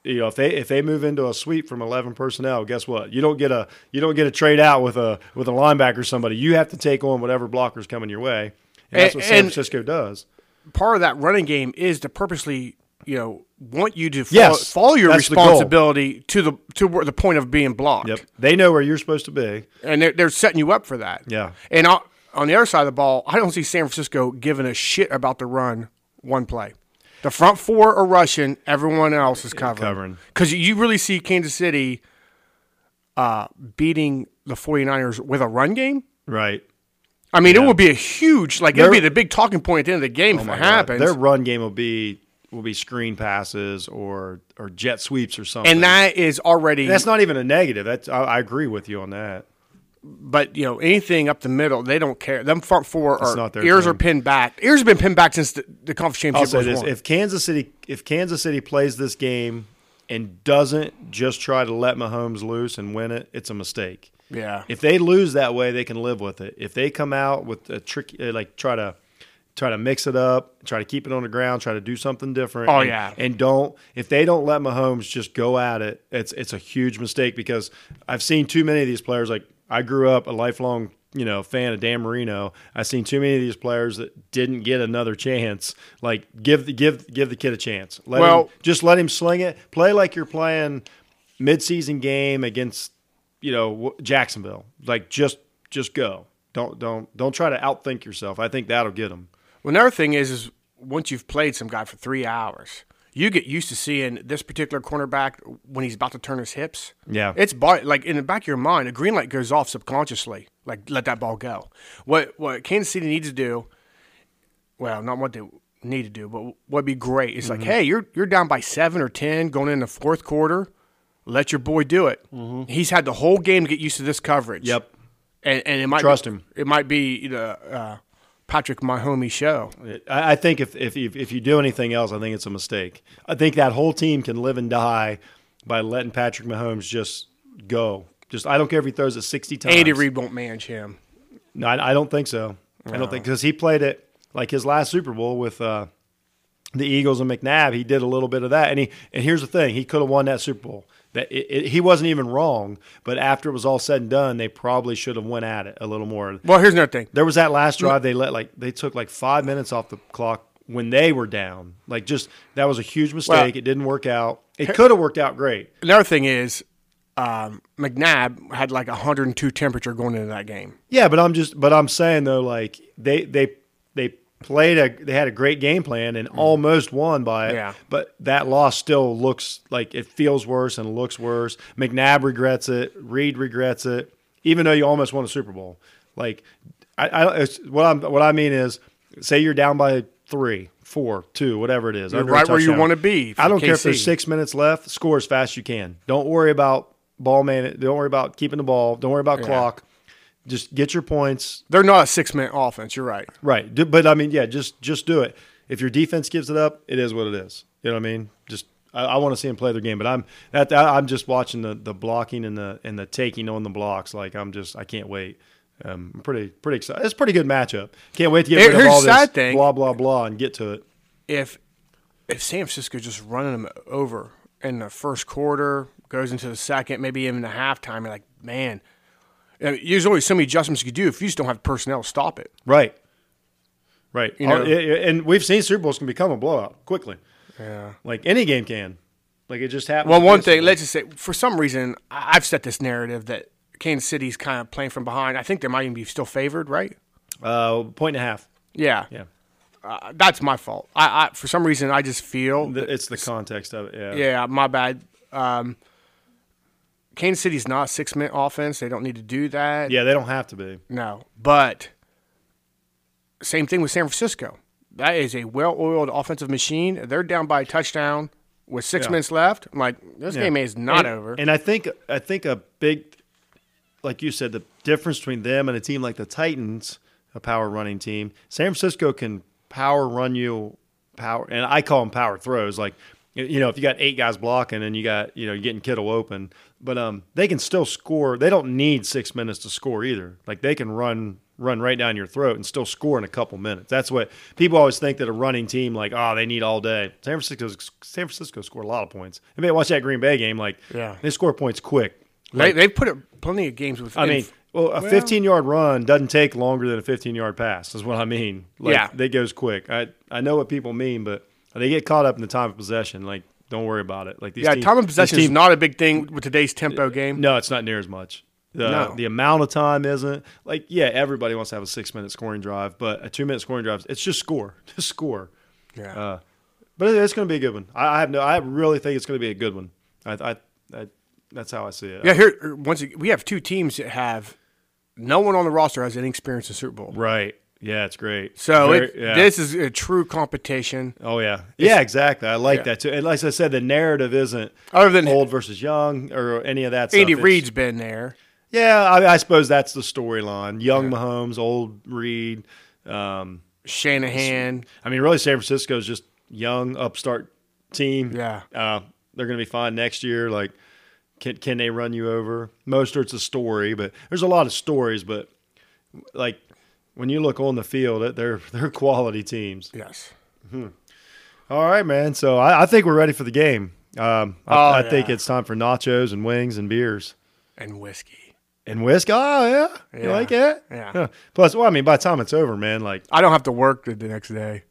Speaker 3: you know, if they if they move into a sweep from eleven personnel, guess what? You don't get a you don't get a trade out with a with a linebacker or somebody. You have to take on whatever blockers coming your way, and that's what
Speaker 2: And-
Speaker 3: San
Speaker 2: and-
Speaker 3: Francisco does.
Speaker 2: Part of that running game is to purposely, you know, want you to follow,
Speaker 3: Yes,
Speaker 2: follow your
Speaker 3: that's the goal.
Speaker 2: responsibility to the to where the point of being blocked.
Speaker 3: Yep, they know where you're supposed to be.
Speaker 2: and they're, they're setting you up for that.
Speaker 3: Yeah.
Speaker 2: And on, on the other side of the ball, I don't see San Francisco giving a shit about the run one play. The front four are rushing. Everyone else is covering.
Speaker 3: Covering.
Speaker 2: Because you really see Kansas City uh, beating the 49ers with a run game.
Speaker 3: Right.
Speaker 2: I mean, it would be a huge, like, it
Speaker 3: They're- Oh
Speaker 2: would be the big talking point at the end of the game if it happens.
Speaker 3: Their run game will be will be screen passes or or jet sweeps or something.
Speaker 2: and that is already,
Speaker 3: that's not even a negative. That's I, I agree with you on that.
Speaker 2: but, you know, anything up the middle, they don't care. Them front four are,
Speaker 3: not their
Speaker 2: ears are
Speaker 3: thing.
Speaker 2: pinned back. Ears have been pinned back since the, the conference championship
Speaker 3: I'll say
Speaker 2: was
Speaker 3: this:
Speaker 2: won.
Speaker 3: if Kansas City if Kansas City plays this game and doesn't just try to let Mahomes loose and win it, it's a mistake.
Speaker 2: Yeah.
Speaker 3: If they lose that way, they can live with it. If they come out with a trick, uh, like try to try to mix it up, try to keep it on the ground, try to do something different.
Speaker 2: Oh,
Speaker 3: and-
Speaker 2: yeah.
Speaker 3: and don't if they don't let Mahomes just go at it, it's it's a huge mistake because I've seen too many of these players. Like I grew up a lifelong you know fan of Dan Marino. I've seen too many of these players that didn't get another chance. Like give the give give the kid a chance. Let
Speaker 2: Well-
Speaker 3: him, just let him sling it. Play like you're playing midseason game against you know w- Jacksonville. Like just just go. Don't don't don't try to outthink yourself. I think that'll get him.
Speaker 2: Well, another thing is, is once you've played some guy for three hours, you get used to seeing this particular cornerback when he's about to turn his hips.
Speaker 3: Yeah.
Speaker 2: It's bo- like in the back of your mind, a green light goes off subconsciously. Like let that ball go. What what Kansas City needs to do, well, not what they need to do, but what'd be great is
Speaker 3: Mm-hmm.
Speaker 2: like, hey, you're you're down by seven or ten going in the fourth quarter. Let your boy do it. He's had the whole game to get used to this coverage.
Speaker 3: Mm-hmm. Yep.
Speaker 2: And, and it might
Speaker 3: Trust
Speaker 2: be-
Speaker 3: him.
Speaker 2: It might be you know, uh, Patrick Mahomes show.
Speaker 3: I, I think if, if if if you do anything else, I think it's a mistake. I think that whole team can live and die by letting Patrick Mahomes just go. Just I don't care if he throws it sixty times.
Speaker 2: Andy Reid won't manage him.
Speaker 3: No, I, I don't think so. I don't think because he played it like his last Super Bowl with uh, the Eagles and McNabb. He did a little bit of that, and he and here's the thing: he could have won that Super Bowl. That it, it, he wasn't even wrong, but after it was all said and done, they probably should have went at it a little more.
Speaker 2: Well, here's another thing.
Speaker 3: There was that last drive they let like they took like five minutes off the clock when they were down. Like just that was a huge mistake.
Speaker 2: Well-
Speaker 3: it didn't work out. It could have worked out great.
Speaker 2: Another thing is um, McNabb had like 102 temperature going into that game.
Speaker 3: Yeah, but I'm just but I'm saying though, like they they they played a they had a great game plan and almost won by it.
Speaker 2: Yeah.
Speaker 3: But that loss still looks like it feels worse and looks worse. McNabb regrets it. Reed regrets it. Even though you almost won a Super Bowl, like I, I it's, what I'm what I mean is, say you're down by three, four, two, whatever it is, under a
Speaker 2: right where you
Speaker 3: touchdown.
Speaker 2: wanna be for
Speaker 3: I don't care if
Speaker 2: KC.
Speaker 3: there's six minutes left. Score as fast as you can. Don't worry about ball man. Don't worry about keeping the ball. Don't worry about clock. Just get your points.
Speaker 2: They're not a six minute offense. You're right.
Speaker 3: Right. Do, but I mean, yeah, just just do it. If your defense gives it up, it is what it is. You know what I mean? Just I, I want to see them play their game, but I'm that I, I'm just watching the the blocking and the and the taking on the blocks. Like I'm just I can't wait. Um, I'm pretty pretty excited. It's a pretty good matchup. Can't wait to get
Speaker 2: Here-
Speaker 3: rid of
Speaker 2: here's
Speaker 3: all
Speaker 2: the sad
Speaker 3: this
Speaker 2: thing.
Speaker 3: blah blah blah and get to it.
Speaker 2: If if San Francisco just running them over in the first quarter, goes into the second, maybe even the halftime, you're like, man, I mean, there's only so many adjustments you could do if you just don't have personnel to stop it.
Speaker 3: Right. Right.
Speaker 2: You know-
Speaker 3: Oh, yeah, yeah, and we've seen Super Bowls can become a blowout quickly. Yeah. Like any game can. Like it just happened.
Speaker 2: Well, one
Speaker 3: yesterday.
Speaker 2: thing, let's just say, for some reason, I- I've set this narrative that Kansas City's kind of playing from behind. I think they might even be still favored, right?
Speaker 3: uh, point and a half.
Speaker 2: Yeah.
Speaker 3: Yeah.
Speaker 2: Uh, that's my fault. I, I for some reason I just feel
Speaker 3: The- It's the context of it. Yeah.
Speaker 2: yeah, my bad. Um, Kansas City's not a six minute offense. They don't need to do that.
Speaker 3: Yeah, they don't have to be.
Speaker 2: No. But same thing with San Francisco. That is a well oiled offensive machine. They're down by a touchdown with six
Speaker 3: Yeah.
Speaker 2: minutes left. I'm like, this game is not
Speaker 3: and,
Speaker 2: over.
Speaker 3: And I think I think a big, like you said, the difference between them and a team like the Titans, a power running team, San Francisco can power run you, power, and I call them power throws. Like, you- you know, if you got eight guys blocking and you got you know you're getting Kittle open, but um, they can still score. They don't need six minutes to score either. Like they can run. Run right down your throat and still score in a couple minutes. That's what people always think that a running team like, oh, they need all day. San Francisco, San Francisco scored a lot of points. I mean, watch that Green Bay game. Like,
Speaker 2: Yeah.
Speaker 3: they score points quick.
Speaker 2: they, they've put up plenty of games with.
Speaker 3: I mean, well, a 15 yard run doesn't take longer than a 15 yard pass, is what I mean. Like,
Speaker 2: Yeah.
Speaker 3: That goes quick. I, I know what people mean, but they get caught up in the time of possession. Like, don't worry about it. Like, these
Speaker 2: yeah,
Speaker 3: teams-
Speaker 2: time of
Speaker 3: these
Speaker 2: possession is
Speaker 3: teams-
Speaker 2: not a big thing with today's tempo game.
Speaker 3: No, it's not near as much. The,
Speaker 2: No.
Speaker 3: the amount of time isn't like, yeah, everybody wants to have a six minute scoring drive, but a two minute scoring drive, it's just score. Just score.
Speaker 2: Yeah.
Speaker 3: But it- it's going to be a good one. I, I have no, I really think it's going to be a good one. I, I, I, that's how I see it.
Speaker 2: Yeah, here er, once ag- we have two teams that have no one on the roster has any experience in Super Bowl.
Speaker 3: Right. Yeah, it's great.
Speaker 2: So
Speaker 3: Very-
Speaker 2: it,
Speaker 3: yeah.
Speaker 2: this is a true competition.
Speaker 3: Oh yeah, yeah, exactly. I like
Speaker 2: Yeah.
Speaker 3: that too. And like I said, the narrative isn't
Speaker 2: Other than-
Speaker 3: old versus young or any of that.
Speaker 2: Andy
Speaker 3: stuff. It's-
Speaker 2: Reid's been there.
Speaker 3: yeah, I, I suppose that's the storyline. Young Mahomes, old Reed. Um,
Speaker 2: Shanahan.
Speaker 3: I mean, really, San Francisco's just young upstart team.
Speaker 2: Yeah.
Speaker 3: uh, they're going to be fine next year. Like, can can they run you over? Mostert's a story, but there's a lot of stories. But like when you look on the field, they're they're quality teams.
Speaker 2: Yes.
Speaker 3: All right, man. So I, I think we're ready for the game. Um, I, I
Speaker 2: Oh, yeah.
Speaker 3: think it's time for nachos and wings and beers
Speaker 2: And whiskey.
Speaker 3: and whisk. Oh yeah, you
Speaker 2: Yeah.
Speaker 3: like it?
Speaker 2: Yeah.
Speaker 3: Plus, well, I mean, by the time it's over, man, like
Speaker 2: I don't have to work the, the next day.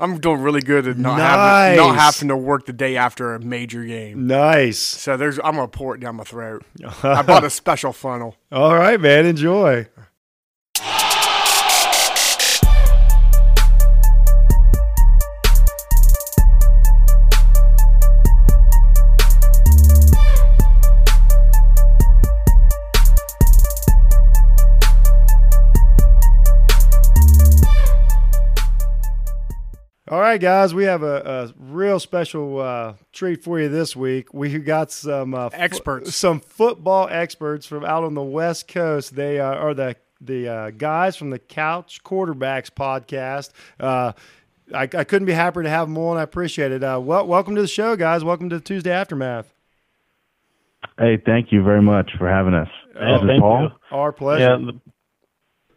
Speaker 2: I'm doing really good at not having not
Speaker 3: Nice.
Speaker 2: having to work the day after a major game.
Speaker 3: nice.
Speaker 2: So there's I'm gonna pour it down my throat. I bought a special funnel.
Speaker 3: All right, man. Enjoy. All right, guys, we have a, a real special uh, treat for you this week. We got some uh, fo-
Speaker 2: Experts.
Speaker 3: some football experts from out on the West Coast. They uh, are the the uh, guys from the Couch Quarterbacks podcast. Uh, I, I couldn't be happier to have them on. I appreciate it. Uh, well, welcome to the show, guys. Welcome to Tuesday Aftermath.
Speaker 10: Hey, thank you very much for having us. this is
Speaker 11: thank
Speaker 10: Paul.
Speaker 11: you.
Speaker 3: Our
Speaker 11: Yeah,
Speaker 3: pleasure.
Speaker 11: th-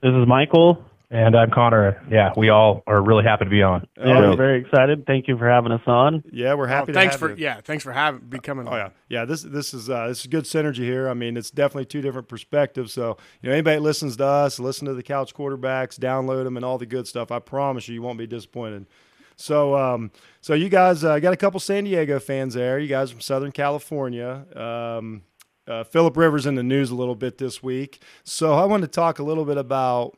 Speaker 11: this is Michael, and I'm Connor. Yeah, we all are really happy to be on.
Speaker 10: Yeah,
Speaker 11: Yeah,
Speaker 10: we're
Speaker 11: very excited. Thank you for having us on.
Speaker 3: Yeah, we're
Speaker 2: Oh,
Speaker 3: happy. to
Speaker 2: thanks
Speaker 3: have
Speaker 2: for
Speaker 3: you.
Speaker 2: yeah, thanks for having becoming.
Speaker 3: Oh yeah, yeah. This this is uh, this is good synergy here. I mean, it's definitely two different perspectives. So you know, anybody that listens to us, listen to the couch quarterbacks, download them, and all the good stuff. I promise you, you won't be disappointed. So um, so you guys uh, got a couple San Diego fans there. You guys from Southern California. Um, uh, Philip Rivers in the news a little bit this week. So I want to talk a little bit about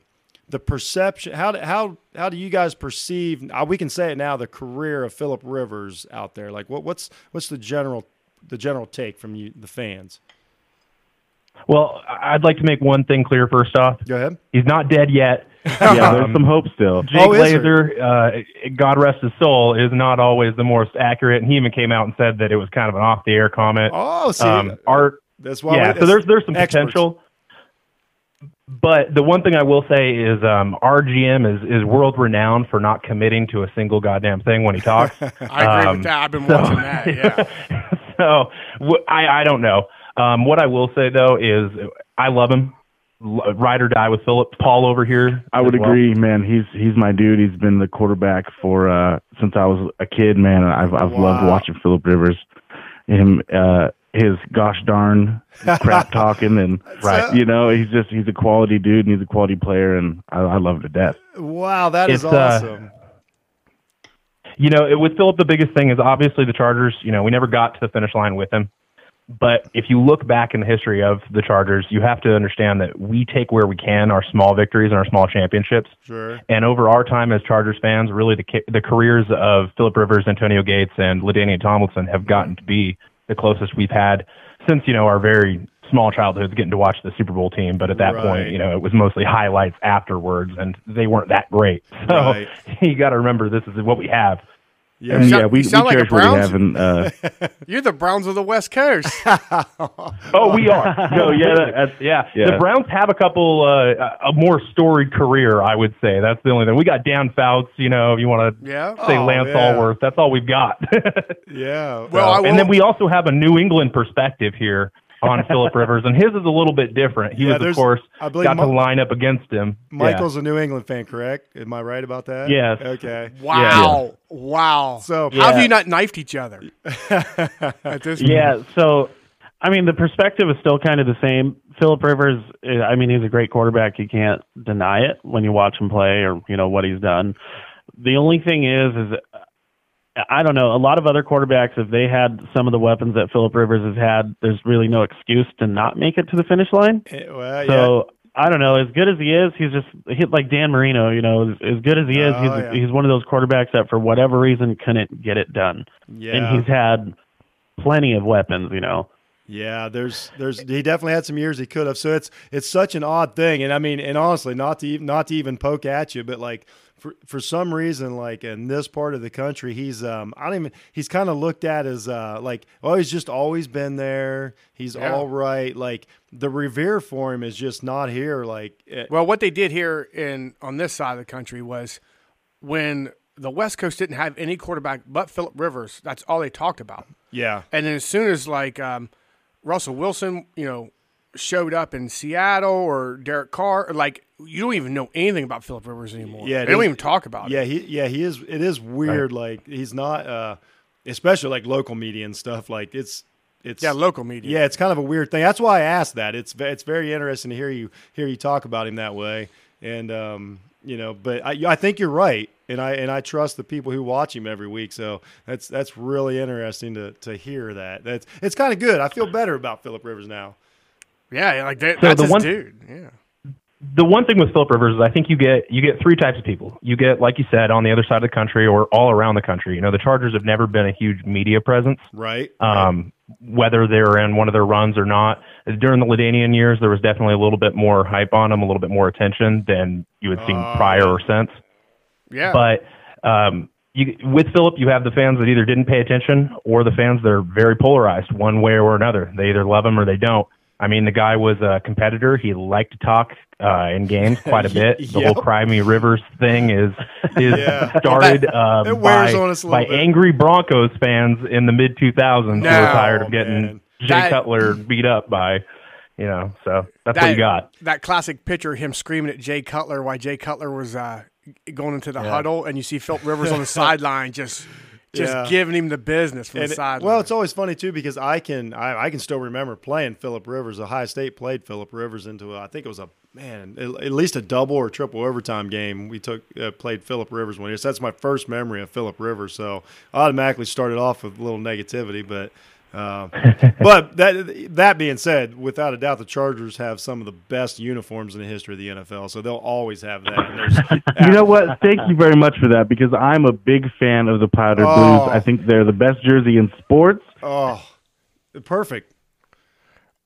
Speaker 3: the perception. How do, how how do you guys perceive? uh, We can say it now. The career of Philip Rivers out there. Like what what's what's the general the general take from you the fans?
Speaker 11: Well, I- I'd like to make one thing clear first off.
Speaker 3: Go ahead.
Speaker 11: He's not dead yet. Um,
Speaker 10: yeah, there's some hope still.
Speaker 11: Jake
Speaker 3: Oh, is there?
Speaker 11: Laser, uh, God rest his soul, is not always the most accurate, and he even came out and said that it was kind of an off the air comment.
Speaker 3: Oh, see,
Speaker 11: um, art
Speaker 3: that's why.
Speaker 11: yeah,
Speaker 3: we-
Speaker 11: so there's there's some
Speaker 3: experts.
Speaker 11: potential. But the one thing I will say is um, our GM is is world renowned for not committing to a single goddamn thing when he talks.
Speaker 2: I agree
Speaker 11: Um,
Speaker 2: with that. I've been
Speaker 11: so-
Speaker 2: watching that. Yeah,
Speaker 11: so wh- I I don't know. Um, what I will say though is I love him. L- Ride or die with Philip Paul over here.
Speaker 10: I would
Speaker 11: as well.
Speaker 10: agree, man. He's he's my dude. He's been the quarterback for uh, since I was a kid, man. And I've I've loved
Speaker 3: Wow.
Speaker 10: watching Philip Rivers, him uh, his gosh darn crap talking and
Speaker 3: Right.
Speaker 10: you know he's just he's a quality dude and he's a quality player and I, I love him to death.
Speaker 3: Wow, that is
Speaker 11: It's, uh,
Speaker 3: awesome.
Speaker 11: You know, it, with Philip, the biggest thing is obviously the Chargers. You know, we never got to the finish line with him. But if you look back in the history of the Chargers, you have to understand that we take where we can our small victories and our small championships.
Speaker 3: sure.
Speaker 11: And over our time as Chargers fans, really the, ca- the careers of Philip Rivers, Antonio Gates, and Ladainian Tomlinson have gotten to be the closest we've had since you know our very small childhoods getting to watch the Super Bowl team. But at that
Speaker 3: Right.
Speaker 11: point, you know it was mostly highlights afterwards, and they weren't that great. So
Speaker 3: Right.
Speaker 11: you got to remember this is what we have.
Speaker 3: Yeah.
Speaker 10: And
Speaker 2: sound-
Speaker 10: yeah, we,
Speaker 2: you
Speaker 10: we
Speaker 2: sound like a
Speaker 10: cherish what we
Speaker 2: Browns-
Speaker 10: have and uh,
Speaker 2: you're the Browns of the West Coast.
Speaker 11: Oh, we are. No, yeah, that, that's, yeah.
Speaker 10: Yeah.
Speaker 11: The Browns have a couple, uh, a a more storied career, I would say. That's the only thing. We got Dan Fouts, you know, if you want to
Speaker 2: Yeah.
Speaker 11: say
Speaker 3: Oh,
Speaker 11: Lance
Speaker 3: yeah.
Speaker 11: Allworth. That's all we've got.
Speaker 3: Yeah.
Speaker 2: Well, I will,
Speaker 11: and then we also have a New England perspective here on Philip Rivers, and his is a little bit different. He
Speaker 3: Yeah,
Speaker 11: was,
Speaker 3: there's-
Speaker 11: of course,
Speaker 3: I believe
Speaker 11: got
Speaker 3: Mi-
Speaker 11: to line up against him. Yeah.
Speaker 3: Michael's a New England fan, correct? Am I right about that?
Speaker 11: Yes.
Speaker 3: Okay.
Speaker 2: wow, wow.
Speaker 3: So
Speaker 2: how have
Speaker 11: Yeah.
Speaker 2: you not knifed each other at this?
Speaker 11: Yeah. Yeah.
Speaker 12: So, I mean, the perspective is still kind of the same. Philip Rivers, eh, I mean, he's a great quarterback. You can't deny it when you watch him play or you know what he's done. The only thing is, is uh, I don't know. A lot of other quarterbacks, if they had some of the weapons that Philip Rivers has had, there's really no excuse to not make it to the finish line.
Speaker 3: Eh, Well, yeah.
Speaker 12: So. I don't know. As good as he is, he's just hit like Dan Marino. You know, as, as good as he is,
Speaker 3: Oh,
Speaker 12: he's
Speaker 3: yeah.
Speaker 12: he's one of those quarterbacks that for whatever reason couldn't get it done.
Speaker 3: Yeah.
Speaker 12: And he's had plenty of weapons. You know,
Speaker 3: Yeah, there's there's he definitely had some years he could have. So it's it's such an odd thing, and I mean, and honestly, not to even, not to even poke at you, but like for for some reason, like in this part of the country, he's um I don't even he's kind of looked at as uh like oh he's just always been there, he's
Speaker 2: Yeah.
Speaker 3: all right. Like the revere for him is just not here. Like eh,
Speaker 2: Well, what they did here in on this side of the country was when the West Coast didn't have any quarterback but Philip Rivers. That's all they talked about.
Speaker 3: yeah,
Speaker 2: And then as soon as like um, Russell Wilson, you know, showed up in Seattle or Derek Carr, like you don't even know anything about Philip Rivers anymore.
Speaker 3: Yeah, it
Speaker 2: they don't
Speaker 3: is-
Speaker 2: even talk about
Speaker 3: yeah
Speaker 2: it.
Speaker 3: he yeah he is it is weird. Like he's not uh especially like local media and stuff. Like it's it's
Speaker 2: Yeah, local media.
Speaker 3: Yeah, it's kind of a weird thing. That's why I asked that. It's ve- it's very interesting to hear you hear you talk about him that way, and um, you know, but I, I think you're right, and I and I trust the people who watch him every week. So that's that's really interesting to to hear that. That's it's kind of good. I feel better about Philip Rivers now.
Speaker 2: yeah, like that, that's
Speaker 11: the
Speaker 2: his
Speaker 11: one-
Speaker 2: dude. Yeah,
Speaker 11: the one thing with Philip Rivers is I think you get you get three types of people. You get, like you said, on the other side of the country or all around the country. You know, the Chargers have never been a huge media presence.
Speaker 3: Right?
Speaker 11: um, whether they're in one of their runs or not. During the Ladainian years, there was definitely a little bit more hype on them, a little bit more attention than you had seen prior or since.
Speaker 2: yeah.
Speaker 11: But um, you, with Philip, you have the fans that either didn't pay attention or the fans that are very polarized one way or another. They either love him or they don't. I mean, the guy was a competitor. He liked to talk uh, in games quite a bit. The
Speaker 3: Yep.
Speaker 11: whole Cry Me Rivers thing is is
Speaker 3: Yeah.
Speaker 11: started
Speaker 3: That-
Speaker 11: um,
Speaker 3: it wears
Speaker 11: by,
Speaker 3: on us a
Speaker 11: by
Speaker 3: little bit.
Speaker 11: angry Broncos fans in the mid 2000s who were
Speaker 2: No,
Speaker 11: tired of getting Jay
Speaker 2: That-
Speaker 11: Cutler beat up by, you know. So that's what you got.
Speaker 2: That classic picture, him screaming at Jay Cutler while Jay Cutler was uh, going into the
Speaker 3: Yeah.
Speaker 2: huddle, and you see Philip Rivers on the sideline just just
Speaker 3: Yeah.
Speaker 2: giving him the business from
Speaker 3: And
Speaker 2: the
Speaker 3: it-
Speaker 2: sideline.
Speaker 3: Well, it's always funny too because I can I, I can still remember playing Philip Rivers. Ohio State played Philip Rivers into a, I think it was a man at, at least a double or triple overtime game. We took uh, played Philip Rivers one year. So that's my first memory of Philip Rivers. So I automatically started off with a little negativity, but. Uh, but that that being said, without a doubt, the Chargers have some of the best uniforms in the history of the NFL, so they'll always have that. And there's-
Speaker 10: You know what? Thank you very much for that because I'm a big fan of the Powder
Speaker 3: Oh.
Speaker 10: Blues. I think they're the best jersey in sports.
Speaker 3: oh, perfect.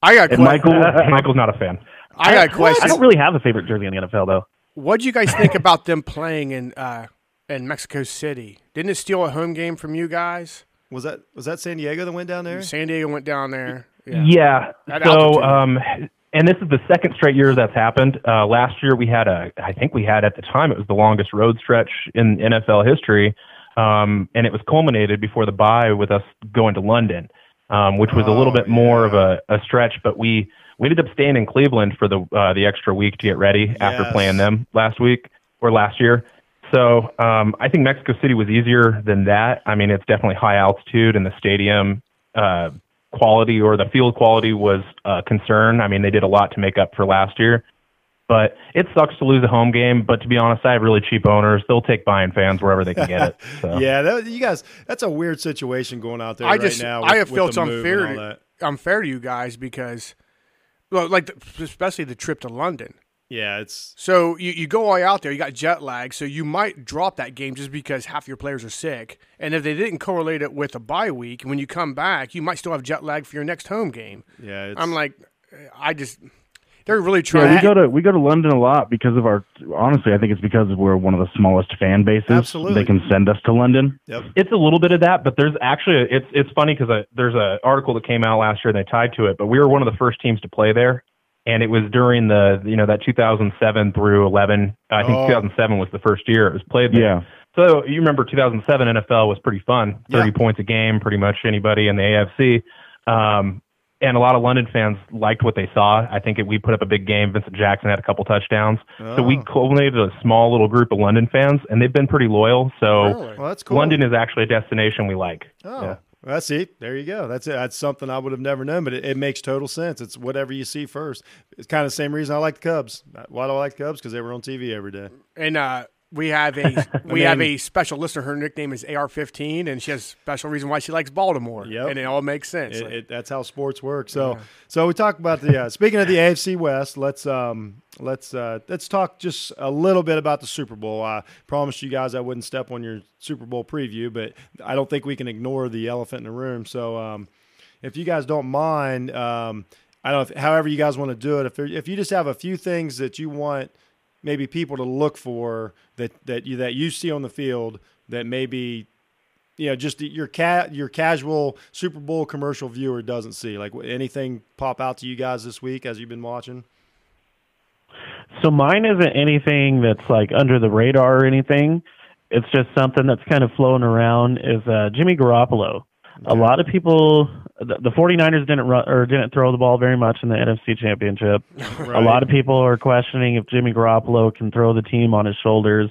Speaker 2: I got
Speaker 10: And Michael-
Speaker 11: Michael's not a fan.
Speaker 2: I got a question.
Speaker 12: I don't really have a favorite jersey in the NFL though.
Speaker 2: What do you guys think about them playing in uh, in Mexico City? Didn't it steal a home game from you guys?
Speaker 3: Was that was that San Diego that went down there?
Speaker 2: San Diego went down there.
Speaker 11: Yeah.
Speaker 2: At altitude.
Speaker 11: So, um, and this is the second straight year that's happened. Uh, last year we had a, I think we had at the time it was the longest road stretch in NFL history, um, and it was culminated before the bye with us going to London, um, which was a little bit more of a, a stretch. But we we ended up staying in Cleveland for the uh, the extra week to get ready after
Speaker 13: Yes.
Speaker 11: playing them last week or last year. So um, I think Mexico City was easier than that. I mean, it's definitely high altitude, and the stadium uh, quality or the field quality was a concern. I mean, they did a lot to make up for last year, but it sucks to lose a home game. But to be honest, I have really cheap owners. They'll take buying fans wherever they can get it. So.
Speaker 3: Yeah, that, you guys, that's a weird situation going out there
Speaker 2: I
Speaker 3: right
Speaker 2: just
Speaker 3: now.
Speaker 2: I have felt
Speaker 3: the move
Speaker 2: unfair.
Speaker 3: and all
Speaker 2: To,
Speaker 3: that.
Speaker 2: unfair to you guys because, well, like the, especially the trip to London.
Speaker 3: Yeah, it's
Speaker 2: So you, you go all out there, you got jet lag, so you might drop that game just because half your players are sick. And if they didn't correlate it with a bye week, when you come back, you might still have jet lag for your next home game.
Speaker 3: yeah. It's,
Speaker 2: I'm like, I just they're really
Speaker 10: Yeah,
Speaker 2: trying.
Speaker 10: we go to we go to London a lot because of our. Honestly, I think it's because we're one of the smallest fan bases.
Speaker 11: Absolutely.
Speaker 10: they can send us to London.
Speaker 11: It's a little bit of that, but there's actually it's it's funny because there's an article that came out last year and they tied to it. But we were one of the first teams to play there, and it was during the you know that 2007 through 11. I think
Speaker 10: Oh.
Speaker 11: 2007 was the first year it was played there.
Speaker 10: Yeah.
Speaker 11: So you remember 2007 NFL was pretty fun, 30 points a game, pretty much anybody in the AFC. Um, and a lot of London fans liked what they saw. I think it, we put up a big game. Vincent Jackson had a couple touchdowns. So we
Speaker 3: Oh.
Speaker 11: culminated a small little group of London fans, and they've been pretty loyal. So
Speaker 3: Really? Well, that's cool.
Speaker 11: London is actually a destination we like.
Speaker 3: Oh, well, that's it. There you go. That's it. That's something I would have never known, but it, it makes total sense. It's whatever you see first. It's kind of the same reason I like the Cubs. Why do I like the Cubs? Because they were on TV every day.
Speaker 2: and uh, we have a we
Speaker 3: mean-
Speaker 2: have a special listener. Her nickname is AR15, and she has a special reason why she likes Baltimore. Yeah, and it all makes sense.
Speaker 3: It-
Speaker 2: Like,
Speaker 3: it- that's how sports work. So, so we talk about the. Uh, speaking of the AFC West, let's um, let's uh, let's talk just a little bit about the Super Bowl. I promised you guys I wouldn't step on your Super Bowl preview, but I don't think we can ignore the elephant in the room. So, um, if you guys don't mind, um, I don't. know if- however, you guys want to do it. If there, if you just have a few things that you want maybe people to look for that that you that you see on the field that maybe you know just the- your cat your casual Super Bowl commercial viewer doesn't see like wh- anything pop out to you guys this week as you've been watching.
Speaker 12: So mine isn't anything that's like under the radar or anything. It's just something that's kind of floating around is uh, Jimmy Garoppolo. A lot of people, the, the 49ers didn't run or didn't throw the ball very much in the NFC Championship. A
Speaker 13: Right.
Speaker 12: lot of people are questioning if Jimmy Garoppolo can throw the team on his shoulders.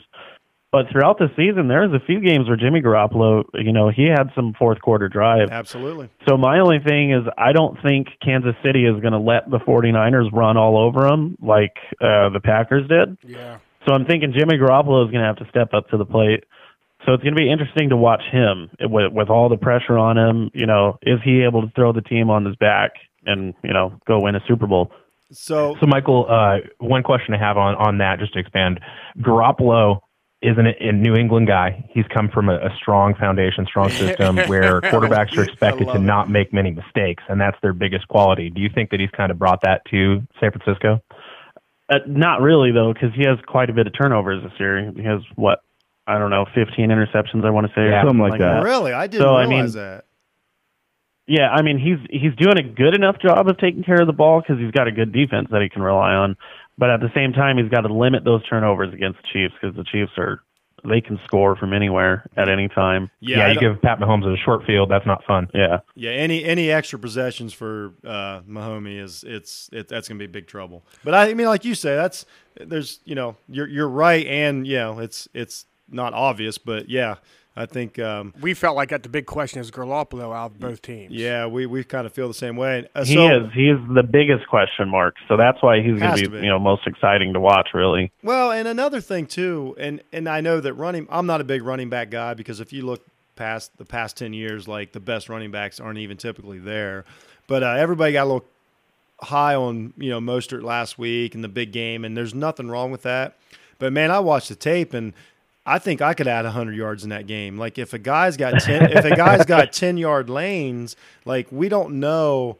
Speaker 12: But throughout the season, there was a few games where Jimmy Garoppolo, you know, he had some fourth quarter drive.
Speaker 3: Absolutely.
Speaker 12: So my only thing is I don't think Kansas City is going to let the 49ers run all over them like uh, the Packers did.
Speaker 2: Yeah.
Speaker 12: So I'm thinking Jimmy Garoppolo is going to have to step up to the plate. So it's going to be interesting to watch him with, with all the pressure on him. You know, is he able to throw the team on his back and you know go win a Super Bowl?
Speaker 3: So,
Speaker 11: so Michael, uh, one question I have on on that, just to expand, Garoppolo is an, a New England guy. He's come from a, a strong foundation, strong system where quarterbacks are expected
Speaker 3: I
Speaker 11: to
Speaker 3: love it.
Speaker 11: not make many mistakes, and that's their biggest quality. Do you think that he's kind of brought that to San Francisco?
Speaker 12: Uh, not really though, because he has quite a bit of turnovers this year. He has what I don't know, 15 interceptions. I want to say or
Speaker 10: Yeah.
Speaker 12: something
Speaker 10: Something like that.
Speaker 3: Really? I didn't
Speaker 12: so,
Speaker 3: realize
Speaker 12: I mean,
Speaker 3: that.
Speaker 12: Yeah, I mean he's he's doing a good enough job of taking care of the ball because he's got a good defense that he can rely on. But at the same time, he's got to limit those turnovers against the Chiefs because the Chiefs are they can score from anywhere at any time.
Speaker 3: Yeah, Yeah, I you don't-
Speaker 12: give Pat Mahomes a short field, that's not fun. Yeah,
Speaker 3: Yeah, any any extra possessions for uh, Mahomie is it's it, that's gonna be big trouble. But I, I mean, like you say, that's there's you know you're you're right, and you know it's it's not obvious, but yeah, I think um,
Speaker 2: We felt like that the big question is Garoppolo out of both teams.
Speaker 3: yeah we we kind of feel the same way. Uh,
Speaker 12: he
Speaker 3: so,
Speaker 12: is he is the biggest question mark. So that's why he's going
Speaker 3: Has
Speaker 12: to
Speaker 3: to
Speaker 12: be
Speaker 3: be.
Speaker 12: you know most exciting to watch really.
Speaker 3: Well, and another thing too, and and I know that running. I'm not a big running back guy because if you look past the past ten years, like the best running backs aren't even typically there. But uh, everybody got a little high on you know Mostert last week and the big game, and there's nothing wrong with that. But man, I watched the tape and. I think I could add 100 yards in that game. Like if a guy's got 10 if a guy's got 10 yard lanes, like we don't know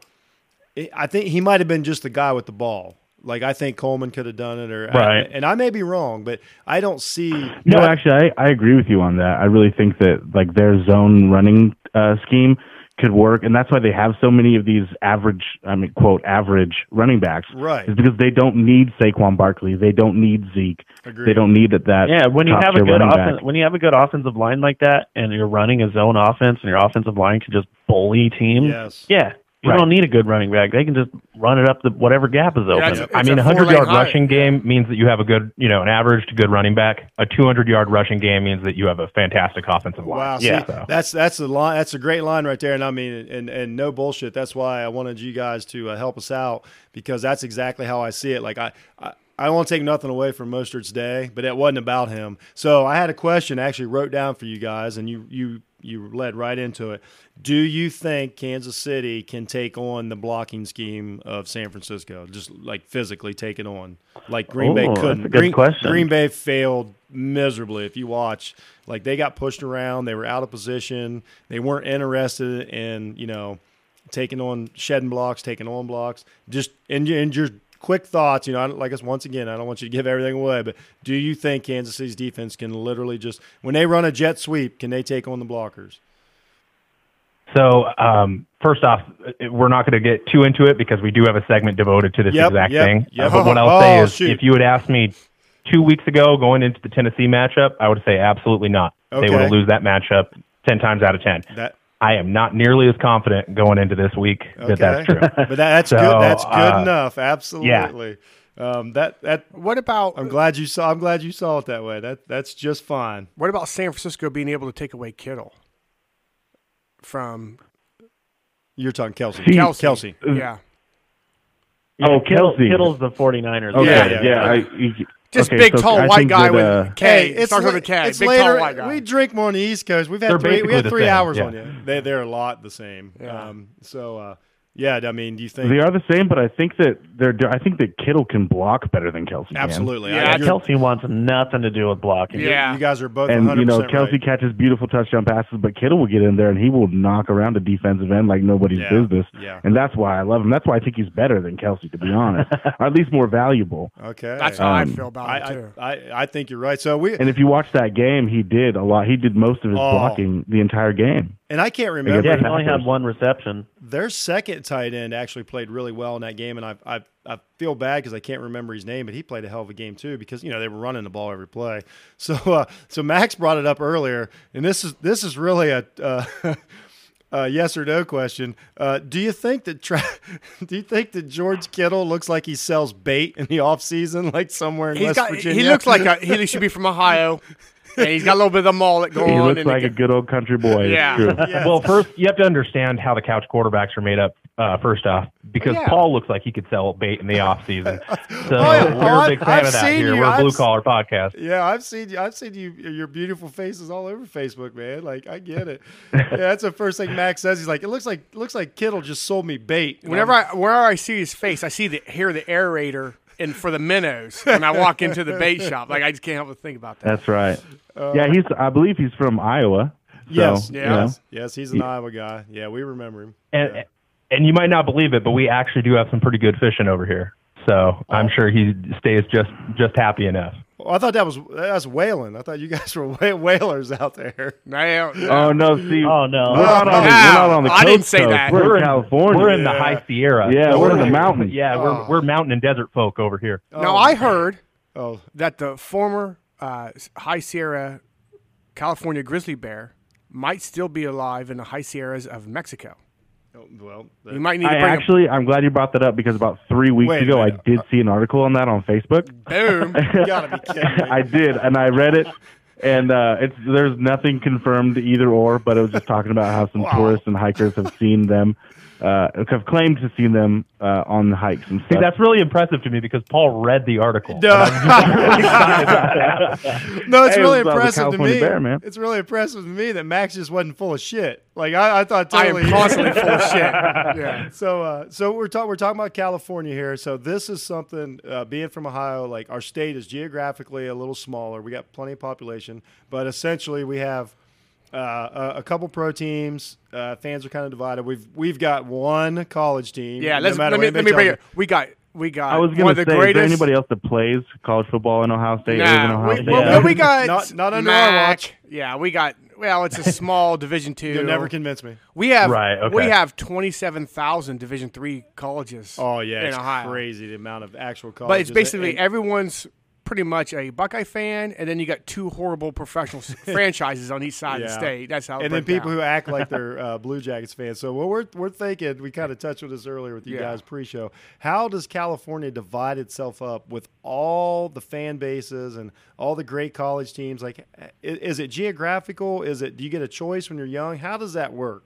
Speaker 3: it- I think he might have been just the guy with the ball. Like I think Coleman could have done it, or
Speaker 10: Right.
Speaker 3: and I may be wrong, but I don't see.
Speaker 10: No, actually, I, I agree with you on that. I really think that like their zone running uh, scheme could work, and that's why they have so many of these average, I mean, quote average running backs.
Speaker 3: Right.
Speaker 10: Is because they don't need Saquon Barkley, they don't need Zeke, they don't need that. that
Speaker 12: yeah, when you
Speaker 10: top
Speaker 12: have a
Speaker 10: tier
Speaker 12: good
Speaker 10: running back.
Speaker 12: offen- when you have a good offensive line like that, and you're running a zone offense, and your offensive line can just bully teams.
Speaker 3: Yes.
Speaker 12: Yeah. You
Speaker 11: Right.
Speaker 12: don't need a good running back. They can just run it up the whatever gap is open.
Speaker 11: I mean, a hundred yard rushing game means that you have a good, you know, an average to good running back. A two hundred yard rushing game means that you have a fantastic offensive line.
Speaker 3: Wow, see,
Speaker 11: yeah,
Speaker 3: that's that's a line. That's a great line right there, and I mean, and and no bullshit. That's why I wanted you guys to uh, help us out because that's exactly how I see it. Like I, I, I don't want to take nothing away from Mostert's day, but it wasn't about him. So I had a question. I actually wrote down for you guys, and you you you led right into it. Do you think Kansas City can take on the blocking scheme of San Francisco, just like physically take it on, like Green Bay
Speaker 12: Ooh, that's
Speaker 3: couldn't?
Speaker 12: a good
Speaker 3: Green-
Speaker 12: question.
Speaker 3: Green Green Bay failed miserably. If you watch, like they got pushed around, they were out of position, they weren't interested in you know taking on shedding blocks, taking on blocks. Just and, your- and your quick thoughts, you know, I don't, like us once again, I don't want you to give everything away, but do you think Kansas City's defense can literally just when they run a jet sweep, can they take on the blockers?
Speaker 11: So, um, first off, it- we're not going to get too into it because we do have a segment devoted to this
Speaker 3: Yep,
Speaker 11: exact
Speaker 3: yep,
Speaker 11: thing. Uh,
Speaker 3: yep.
Speaker 11: but what I'll say
Speaker 3: Oh,
Speaker 11: is,
Speaker 3: shoot.
Speaker 11: if you had asked me two weeks ago going into the Tennessee matchup, I would say absolutely not.
Speaker 3: Okay.
Speaker 11: They would have lose that matchup ten times out of ten.
Speaker 3: That
Speaker 11: I am not nearly as confident going into this week that that's true.
Speaker 3: but that, that's
Speaker 11: So,
Speaker 3: good. That's good
Speaker 11: uh,
Speaker 3: enough. Absolutely. Um, that that.
Speaker 2: What about?
Speaker 3: I'm glad you saw. I'm glad you saw it that way. That that's just fine.
Speaker 2: What about San Francisco being able to take away Kittle from
Speaker 3: You're talking Kelsey.
Speaker 2: Kelsey?
Speaker 3: Kelsey.
Speaker 2: Yeah.
Speaker 10: Oh,
Speaker 12: Kittle-
Speaker 10: Kelsey.
Speaker 12: Kittle's the 49ers.
Speaker 3: Oh.
Speaker 10: Okay,
Speaker 12: Yeah, yeah,
Speaker 10: yeah,
Speaker 12: yeah.
Speaker 10: I, you-
Speaker 2: Just
Speaker 10: okay,
Speaker 2: big,
Speaker 10: so
Speaker 2: tall,
Speaker 10: I
Speaker 2: white
Speaker 10: think
Speaker 2: guy
Speaker 10: that,
Speaker 2: with
Speaker 10: uh,
Speaker 2: K.
Speaker 3: it's
Speaker 2: starts
Speaker 3: la-
Speaker 2: with a K.
Speaker 3: It's
Speaker 2: big,
Speaker 3: later.
Speaker 2: tall, white guy.
Speaker 3: We drink more on the East Coast. We've had
Speaker 11: They're
Speaker 3: three. We
Speaker 11: basically
Speaker 3: had
Speaker 11: the
Speaker 3: three
Speaker 11: same,
Speaker 3: hours
Speaker 11: yeah.
Speaker 3: on you. They they're a lot the same. Um, so uh, yeah, I mean, do you think
Speaker 10: They are the same, but I think that they're. I think that Kittle can block better than Kelsey. can.
Speaker 3: absolutely?
Speaker 12: Yeah,
Speaker 3: I,
Speaker 12: Kelsey wants nothing to do with blocking.
Speaker 3: you you guys are both.
Speaker 10: And
Speaker 3: 100%
Speaker 10: you know Kelsey
Speaker 3: right.
Speaker 10: catches beautiful touchdown passes, but Kittle will get in there and he will knock around a defensive end like nobody's
Speaker 3: Yeah,
Speaker 10: business.
Speaker 3: yeah.
Speaker 10: And that's why I love him. That's why I think he's better than Kelsey, to be honest, or at least more valuable.
Speaker 3: Okay,
Speaker 2: That's how I
Speaker 10: Um,
Speaker 2: feel about it
Speaker 3: I,
Speaker 2: too.
Speaker 3: I, I I think you're right. So we
Speaker 10: And if you watch that game, he did a lot. He did most of his
Speaker 3: Oh.
Speaker 10: blocking the entire game.
Speaker 3: and I can't
Speaker 10: guess
Speaker 3: remember.
Speaker 10: Yeah,
Speaker 12: he only
Speaker 10: Packers.
Speaker 12: had one reception.
Speaker 3: Their second tight end actually played really well in that game, and I I, I feel bad because I can't remember his name, but he played a hell of a game too because you know they were running the ball every play. So uh, so Max brought it up earlier, and this is this is really a. Uh, Uh, yes or no question. Uh, do you think that tra- do you think that George Kittle looks like he sells bait in the offseason, like somewhere in
Speaker 2: He's
Speaker 3: West
Speaker 2: got,
Speaker 3: Virginia?
Speaker 2: he looks like a, he should be from Ohio, and he's got a little bit of the mullet going.
Speaker 3: Oh,
Speaker 10: he looks
Speaker 2: and
Speaker 10: like a good old country boy.
Speaker 2: Yeah.
Speaker 10: It's true.
Speaker 11: Well, first you have to understand how the couch quarterbacks are made up. Uh, first off, because
Speaker 2: Yeah.
Speaker 11: Paul looks like he could sell bait in the off season, so
Speaker 3: yeah.
Speaker 11: we're
Speaker 3: Oh,
Speaker 11: a big
Speaker 3: I've-
Speaker 11: fan
Speaker 3: I've
Speaker 11: of that
Speaker 3: seen
Speaker 11: here.
Speaker 3: you.
Speaker 11: We're a
Speaker 3: I've
Speaker 11: blue
Speaker 3: s-
Speaker 11: collar podcast.
Speaker 3: Yeah, I've seen you. I've seen you. Your beautiful faces all over Facebook, man. Like I get it. yeah, that's the first thing Max says. He's like, it looks like looks like Kittle just sold me bait. And
Speaker 2: Whenever
Speaker 3: I'm-
Speaker 2: I wherever I see his face, I see the hear the aerator and for the minnows when I walk into the bait shop. Like I just can't help but think about that.
Speaker 10: That's right. yeah, he's. I believe he's from Iowa. So,
Speaker 3: Uh, yes,
Speaker 10: you know.
Speaker 3: yes, yes, he's an Iowa guy. Yeah, we remember him.
Speaker 11: And and you might not believe it, but we actually do have some pretty good fishing over here. So I'm sure he stays just just happy enough.
Speaker 3: Well, I thought that was that's whaling. I thought you guys were wha- whalers out there.
Speaker 2: No.
Speaker 10: Oh no! See, oh no!
Speaker 3: We're not on the- we're not on the I didn't coast, say though. that.
Speaker 10: We're,
Speaker 11: We're
Speaker 10: in
Speaker 11: in-
Speaker 10: California.
Speaker 11: we're in the high
Speaker 2: Uh,
Speaker 11: Sierra.
Speaker 10: Yeah,
Speaker 11: So
Speaker 10: we're in
Speaker 11: we're-
Speaker 10: the mountains.
Speaker 11: yeah,
Speaker 3: Oh.
Speaker 11: we're- we're mountain and desert folk over here.
Speaker 2: Now I heard
Speaker 3: Oh,
Speaker 2: that the former uh, High Sierra California grizzly bear might still be alive in the High Sierras of Mexico.
Speaker 3: Well,
Speaker 2: you might need to
Speaker 10: I
Speaker 2: bring a-
Speaker 10: actually, I'm glad you brought that up because about three weeks
Speaker 2: Wait uh, a
Speaker 10: ago, I did see an article on that on Facebook.
Speaker 2: Boom.
Speaker 3: gotta be kidding.
Speaker 10: I did, and I read it, and uh, it's there's nothing confirmed either or, but it was just talking about how some tourists and hikers have seen them, uh, have claimed to see them uh, on hikes and
Speaker 11: See,
Speaker 10: stuff.
Speaker 11: that's really impressive to me because Paul read the article.
Speaker 3: No, it's really
Speaker 10: Hey, it was about the
Speaker 3: impressive to
Speaker 10: California
Speaker 3: me.
Speaker 10: bear, man.
Speaker 3: It's really impressive to me that Max just wasn't full of shit. Like I, I thought
Speaker 2: I am
Speaker 3: totally.
Speaker 2: constantly full of shit. Yeah.
Speaker 3: So, uh, so we're talking. We're talking about California here. So this is something. Uh, being from Ohio, like our state is geographically a little smaller. We got plenty of population, but essentially we have uh, a, a couple pro teams. Uh, fans are kind of divided. We've we've got one college team.
Speaker 2: Yeah,
Speaker 3: no
Speaker 2: let's,
Speaker 3: matter
Speaker 2: let
Speaker 3: what
Speaker 2: me,
Speaker 3: anybody
Speaker 2: let me bring
Speaker 3: tells
Speaker 2: it. We got we got
Speaker 10: I was
Speaker 2: one
Speaker 10: going
Speaker 2: of
Speaker 10: to
Speaker 2: the
Speaker 10: say, is there
Speaker 2: greatest.
Speaker 10: anybody else that plays college football in Ohio State? lives in
Speaker 2: Nah,
Speaker 10: Ohio
Speaker 2: we,
Speaker 10: State?
Speaker 2: well,
Speaker 10: Yeah.
Speaker 2: well, we got
Speaker 3: Not- not under our
Speaker 2: Mac.
Speaker 3: watch.
Speaker 2: Yeah, we got. Well, it's a small Division two.
Speaker 3: You'll never convince me.
Speaker 2: We have
Speaker 11: Right, okay.
Speaker 2: we have twenty seven thousand Division three colleges.
Speaker 3: Oh yeah,
Speaker 2: in
Speaker 3: it's
Speaker 2: Ohio.
Speaker 3: crazy the amount of actual colleges.
Speaker 2: But it's basically
Speaker 3: And-
Speaker 2: everyone's pretty much a Buckeye fan, and then you got two horrible professional s- franchises on each side of the
Speaker 3: Yeah.
Speaker 2: state. That's how. it
Speaker 3: And then
Speaker 2: broke
Speaker 3: people
Speaker 2: down.
Speaker 3: who act like they're uh, Blue Jackets fans. So what we're we're thinking, we kind of touched on this earlier with you
Speaker 2: Yeah.
Speaker 3: guys pre-show. How does California divide itself up with all the fan bases and all the great college teams? Like, i- is it geographical? Is it do you get a choice when you're young? How does that work?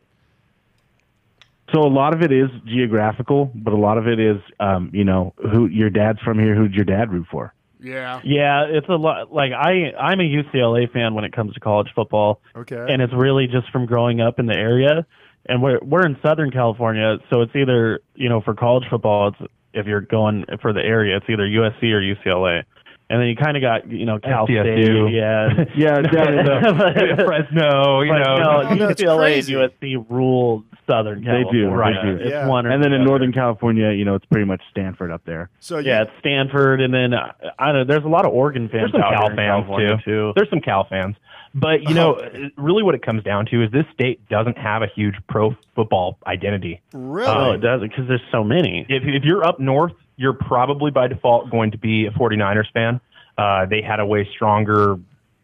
Speaker 10: So a lot of it is geographical, but a lot of it is, um, you know, who your dad's from here, who'd your dad root for?
Speaker 2: Yeah.
Speaker 10: Yeah, it's a
Speaker 11: lot.
Speaker 10: Like I,
Speaker 11: I'm a
Speaker 10: UCLA fan when it comes to college football.
Speaker 3: Okay.
Speaker 10: and it's really just from growing up in the area. And we're we're in Southern California, so it's either you know for college football, it's if you're going for the area, it's either USC or UCLA, and then you kind of got you know Cal
Speaker 11: SDSU.
Speaker 10: State, yeah,
Speaker 11: Yeah, down in the- Fresno, you
Speaker 10: But
Speaker 11: know.
Speaker 10: no,
Speaker 11: Oh, no, it's
Speaker 10: UCLA and
Speaker 11: crazy.
Speaker 10: USC rule Southern
Speaker 11: They do,
Speaker 10: California.
Speaker 11: right.
Speaker 10: It's
Speaker 11: Yeah.
Speaker 10: one, or
Speaker 11: And
Speaker 10: the
Speaker 11: then in
Speaker 10: other.
Speaker 11: Northern
Speaker 10: California, you know, it's pretty much Stanford up there.
Speaker 3: So
Speaker 10: yeah, it's Stanford, and then uh, I don't know. There's a lot of Oregon fans.
Speaker 11: There's some
Speaker 10: out
Speaker 11: Cal
Speaker 10: here in
Speaker 11: fans
Speaker 10: California,
Speaker 11: too. There's some Cal fans, but you know, really, what it comes down to is this state doesn't have a huge pro football identity.
Speaker 3: Really?
Speaker 10: Oh, it doesn't because there's so many.
Speaker 11: If, if you're up north, you're probably by default going to be a 49ers fan. Uh, they had a way stronger,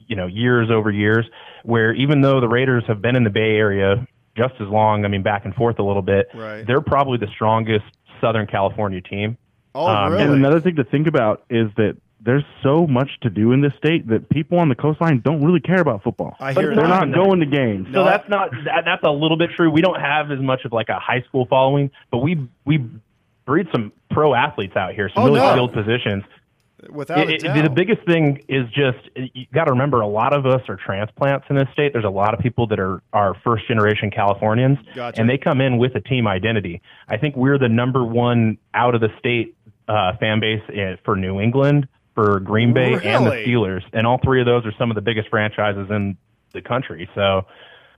Speaker 11: you know, years over years, where even though the Raiders have been in the Bay Area just as long, I mean, back and forth a little bit,
Speaker 3: Right.
Speaker 11: they're probably the strongest Southern California team.
Speaker 3: oh,
Speaker 11: Um,
Speaker 10: and another thing to think about is that there's so much to do in this state that people on the coastline don't really care about football.
Speaker 11: I
Speaker 10: But
Speaker 11: hear
Speaker 10: They're
Speaker 11: that.
Speaker 10: not going to games.
Speaker 11: So that's not that, that's a little bit true. We don't have as much of like a high school following, but we we breed some pro athletes out here, some
Speaker 3: Oh,
Speaker 11: really
Speaker 3: no.
Speaker 11: skilled positions.
Speaker 3: Without
Speaker 11: It-
Speaker 3: a
Speaker 11: it-
Speaker 3: doubt.
Speaker 11: the biggest thing is just you got to remember a lot of us are transplants in this state. There's a lot of people that are are first generation Californians,
Speaker 3: Gotcha.
Speaker 11: and they come in with a team identity. I think we're the number one out of the state uh, fan base uh, for New England, for Green Bay, and the
Speaker 3: Really?
Speaker 11: Steelers, and all three of those are some of the biggest franchises in the country. So.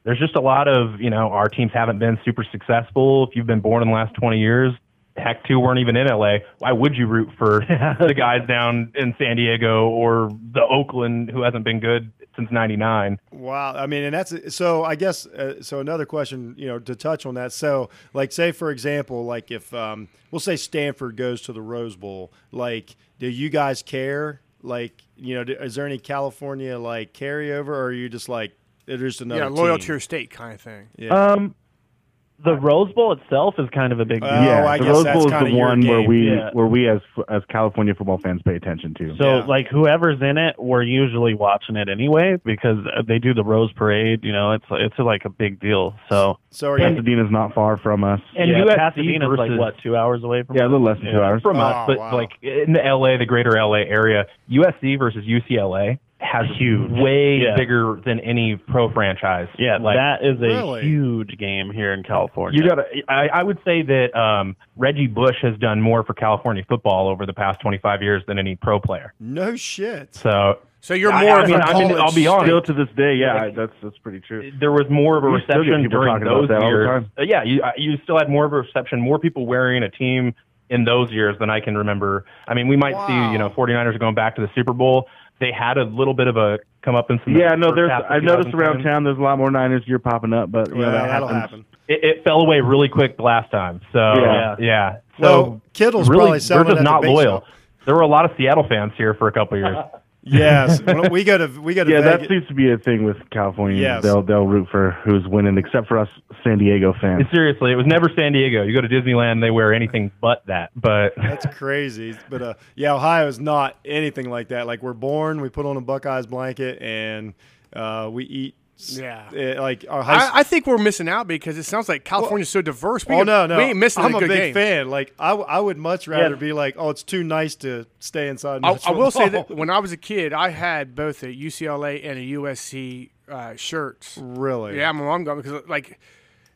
Speaker 11: There's just a lot of, you know, our teams haven't been super successful. If you've been born in the last 20 years, heck, two weren't even in LA. Why would you root for the guys down in San Diego or the Oakland who hasn't been good since '99?
Speaker 3: Wow, I mean, and that's so. I guess uh, so. Another question, you know, to touch on that. So, like, say for example, like if um, we'll say Stanford goes to the Rose Bowl, like, do you guys care? Like, you know, do, is there any California like carryover, or are you just like there's just another
Speaker 2: yeah, loyal
Speaker 3: team?
Speaker 2: to your state kind of thing.
Speaker 10: Um, the Rose Bowl itself is kind of a big
Speaker 3: Oh,
Speaker 10: deal.
Speaker 3: Yeah, I
Speaker 10: the
Speaker 3: guess
Speaker 10: Rose
Speaker 3: that's
Speaker 10: Bowl is
Speaker 3: kinda
Speaker 10: the
Speaker 3: your
Speaker 10: one where
Speaker 3: game.
Speaker 10: we
Speaker 3: Yeah.
Speaker 10: where we as as California football fans pay attention to.
Speaker 3: So, Yeah.
Speaker 10: like whoever's in it, we're usually watching it anyway because uh, they do the Rose Parade. You know, it's it's like a big deal. So,
Speaker 3: so
Speaker 11: you-
Speaker 10: Pasadena's not far from us.
Speaker 11: And
Speaker 10: yeah,
Speaker 11: USC
Speaker 10: Pasadena's
Speaker 11: versus-
Speaker 10: like what two hours away from
Speaker 11: Yeah,
Speaker 10: us?
Speaker 11: a
Speaker 10: little less than
Speaker 11: Yeah, from
Speaker 2: Oh,
Speaker 11: us, but like in the LA, the greater LA area, USC versus UCLA has
Speaker 10: Huge.
Speaker 11: way
Speaker 10: Yeah.
Speaker 11: bigger than any pro franchise.
Speaker 10: yeah,
Speaker 11: like,
Speaker 10: that is a
Speaker 11: Really?
Speaker 10: huge game here in California.
Speaker 11: You got. to I, I would say that um, Reggie Bush has done more for California football over the past 25 years than any pro player.
Speaker 3: no shit.
Speaker 11: So,
Speaker 2: So you're
Speaker 11: I-
Speaker 2: more
Speaker 11: I mean,
Speaker 2: of a
Speaker 11: I mean,
Speaker 2: college
Speaker 11: I'll be honest.
Speaker 10: Still to this day, yeah,
Speaker 11: Like,
Speaker 10: I- that's that's pretty true.
Speaker 11: there was more of a
Speaker 10: You still get
Speaker 11: reception
Speaker 10: people
Speaker 11: during
Speaker 10: talking about
Speaker 11: those
Speaker 10: that all the
Speaker 11: years.
Speaker 10: time.
Speaker 11: Uh, yeah, you uh, you still had more of a reception, more people wearing a team in those years than I can remember. I mean, we might see you know 49ers going back to the Super Bowl. they had a little bit of a come up in some.
Speaker 10: yeah, no, there's. I noticed around town there's a lot more Niners gear popping up, but you know, that
Speaker 11: that'll
Speaker 10: happens.
Speaker 11: It, it fell away really quick last time. So
Speaker 10: Yeah.
Speaker 11: yeah, So
Speaker 3: Well, Kittle's
Speaker 11: really,
Speaker 3: probably selling
Speaker 11: They're
Speaker 3: at
Speaker 11: just
Speaker 3: the
Speaker 11: not
Speaker 3: bake
Speaker 11: loyal. There were a lot of Seattle fans here for a couple years.
Speaker 3: Yes, Well, we go to we go to
Speaker 10: yeah, that
Speaker 3: Vegas.
Speaker 10: seems to be a thing with California.
Speaker 3: Yes.
Speaker 10: They'll they'll root for who's winning, except for us San Diego fans.
Speaker 11: Seriously, it was never San Diego. You go to Disneyland, they wear anything but that. But
Speaker 3: That's crazy. But uh, yeah, Ohio is not anything like that. Like we're born, we put on a Buckeyes blanket, and uh, we eat. eh,
Speaker 2: Yeah.
Speaker 3: like our high
Speaker 2: I, I think we're missing out because it sounds like California's so diverse. We
Speaker 3: oh
Speaker 2: could-
Speaker 3: no, no,
Speaker 2: we ain't missing
Speaker 3: I'm
Speaker 2: a,
Speaker 3: a,
Speaker 2: good
Speaker 3: big
Speaker 2: game.
Speaker 3: fan. Like I, w- I would much rather
Speaker 2: Yeah.
Speaker 3: be like, oh, it's too nice to stay inside. and
Speaker 2: I,
Speaker 3: watch
Speaker 2: I will say
Speaker 3: football.
Speaker 2: that when I was a kid, I had both a UCLA and a USC uh, shirts.
Speaker 3: Really?
Speaker 2: Yeah, my mom got me because like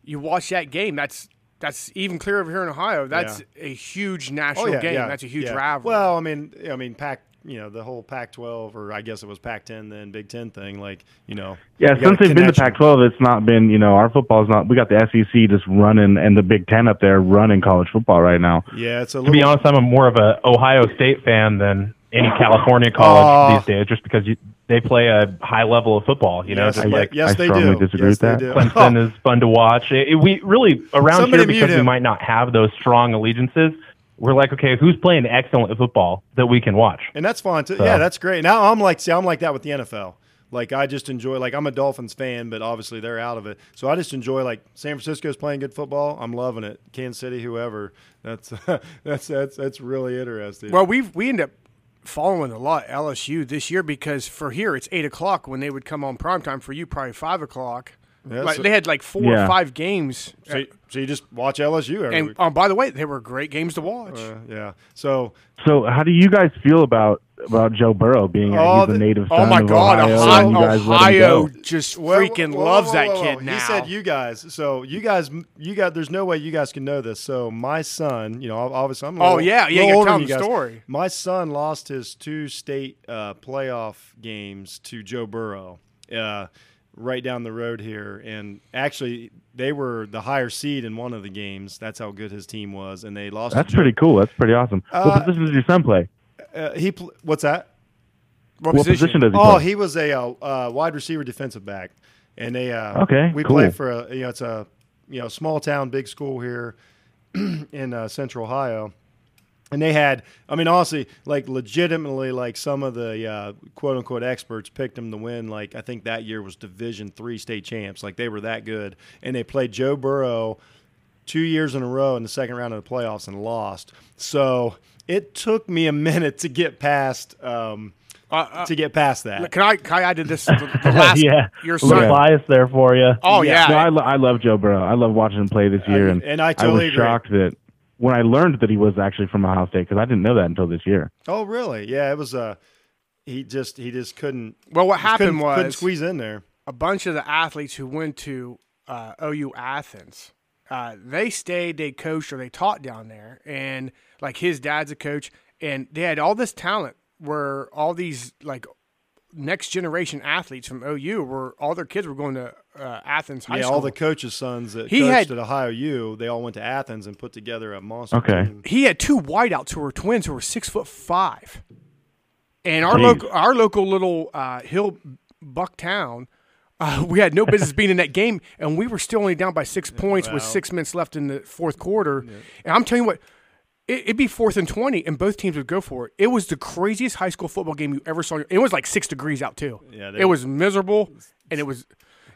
Speaker 2: you watch that game. That's that's even clear over here in Ohio. That's a huge national game. That's a huge
Speaker 3: Oh, yeah.
Speaker 2: rivalry.
Speaker 3: Well, I mean, I mean, Pac, you know, the whole Pac-12 or I guess it was Pac-10 then Big Ten thing. Like, you know,
Speaker 10: Yeah,
Speaker 3: you got
Speaker 10: since
Speaker 3: a
Speaker 10: they've been to
Speaker 3: connection.
Speaker 10: Pac-12, it's not been you know our football's not. We got the SEC just running and the Big Ten up there running college football right now.
Speaker 3: Yeah, it's a
Speaker 11: to be honest, I'm a more of a Ohio State fan than any California college
Speaker 10: Aw.
Speaker 11: these days, just because you, they play a high level of football. You know,
Speaker 10: Yes,
Speaker 11: just
Speaker 10: I-
Speaker 11: like
Speaker 10: yes, I they strongly do. disagree Yes, with they that. do.
Speaker 11: Clemson is fun to watch. It- it- we really around
Speaker 10: Somebody
Speaker 11: here because
Speaker 10: mute
Speaker 11: we
Speaker 10: him.
Speaker 11: might not have those strong allegiances. We're like, okay, who's playing excellent football that we can watch?
Speaker 3: and that's fine. Too.
Speaker 11: So.
Speaker 3: Yeah, that's great. Now I'm like, see, I'm like that with the NFL. Like I just enjoy. Like I'm a Dolphins fan, but obviously they're out of it. So I just enjoy. Like San Francisco's playing good football. I'm loving it. Kansas City, whoever. That's that's that's that's really interesting.
Speaker 2: Well, we we end up following a lot LSU this year because for here it's eight o'clock when they would come on primetime. For you, probably five o'clock.
Speaker 3: Yeah,
Speaker 2: like,
Speaker 3: so-
Speaker 2: they had like four
Speaker 3: Yeah.
Speaker 2: or five games.
Speaker 3: so, you- so you just watch LSU every
Speaker 2: and
Speaker 3: week.
Speaker 2: oh, by the way, they were great games to watch.
Speaker 3: yeah. So
Speaker 10: So how do you guys feel about about Joe Burrow being
Speaker 2: Oh,
Speaker 10: a, he's a
Speaker 2: the-
Speaker 10: native
Speaker 2: oh
Speaker 10: son
Speaker 2: my
Speaker 10: of
Speaker 2: God,
Speaker 10: Ohio?
Speaker 2: Ohio-
Speaker 10: and you guys let him
Speaker 2: Ohio
Speaker 10: go?
Speaker 2: just
Speaker 3: Whoa, whoa,
Speaker 2: freaking
Speaker 3: whoa,
Speaker 2: loves
Speaker 3: whoa,
Speaker 2: that
Speaker 3: whoa, whoa.
Speaker 2: kid now.
Speaker 3: He said, "You guys, so you guys, you got. There's no way you guys can know this. So my son, you know, ob- obviously, I'm. A
Speaker 2: Oh,
Speaker 3: little,
Speaker 2: yeah, yeah, you
Speaker 3: little
Speaker 2: gotta
Speaker 3: older
Speaker 2: tell
Speaker 3: than
Speaker 2: him
Speaker 3: you
Speaker 2: the
Speaker 3: guys.
Speaker 2: story.
Speaker 3: My son lost his two state uh, playoff games to Joe Burrow, uh, right down the road here, and actually, they were the higher seed in one of the games. That's how good his team was, and they lost. to
Speaker 10: That's
Speaker 3: Joe-
Speaker 10: pretty cool. That's pretty awesome.
Speaker 3: Uh,
Speaker 10: what position does your son play?
Speaker 3: Uh, he, pl- what's that?
Speaker 10: What What position? position does he
Speaker 3: oh,
Speaker 10: play?
Speaker 3: he was a uh, uh, wide receiver, defensive back, and they. Uh,
Speaker 10: Okay,
Speaker 3: We
Speaker 10: cool.
Speaker 3: play for a you know it's a you know small town big school here in uh, Central Ohio, and they had I mean honestly like legitimately like some of the uh, quote unquote experts picked them to win like I think that year was Division three state champs like they were that good and they played Joe Burrow two years in a row in the second round of the playoffs and lost. So it took me a minute to get past um, to get past that.
Speaker 2: Can I? Can I add to this? The, the last
Speaker 10: yeah,
Speaker 2: your
Speaker 10: a little
Speaker 2: son.
Speaker 10: bias there for you.
Speaker 2: Oh, yeah.
Speaker 10: No, I, lo- I love Joe Burrow. I love watching him play this year, and,
Speaker 3: and I totally
Speaker 10: was
Speaker 3: agree.
Speaker 10: shocked that when I learned that he was actually from Ohio State because I didn't know that until this year.
Speaker 3: Oh, really? Yeah, it was Uh, he just he just couldn't.
Speaker 2: Well, what
Speaker 3: just couldn't-
Speaker 2: happened was
Speaker 3: couldn't squeeze in there.
Speaker 2: A bunch of the athletes who went to uh, OU Athens, uh, they stayed, they coached, or they taught down there, and like his dad's a coach, and they had all this talent. Where all these like next generation athletes from OU were all their kids were going to uh, Athens high
Speaker 3: yeah,
Speaker 2: school.
Speaker 3: all the coaches' sons that
Speaker 2: He
Speaker 3: coached
Speaker 2: had-
Speaker 3: at Ohio U, they all went to Athens and put together a monster.
Speaker 10: Okay.
Speaker 3: team.
Speaker 2: he had two whiteouts who were twins who were six foot five, and our
Speaker 3: Jeez.
Speaker 2: local our local little uh, hill buck town, uh, we had no business being in that game, and we were still only down by six points with
Speaker 13: wow.
Speaker 2: six minutes left in the fourth quarter. And I'm telling you what, it, it'd be fourth and twenty, and both teams would go for it. It was the craziest high school football game you ever saw. It was like six degrees out too.
Speaker 3: Yeah, they-
Speaker 2: it was miserable, and it was.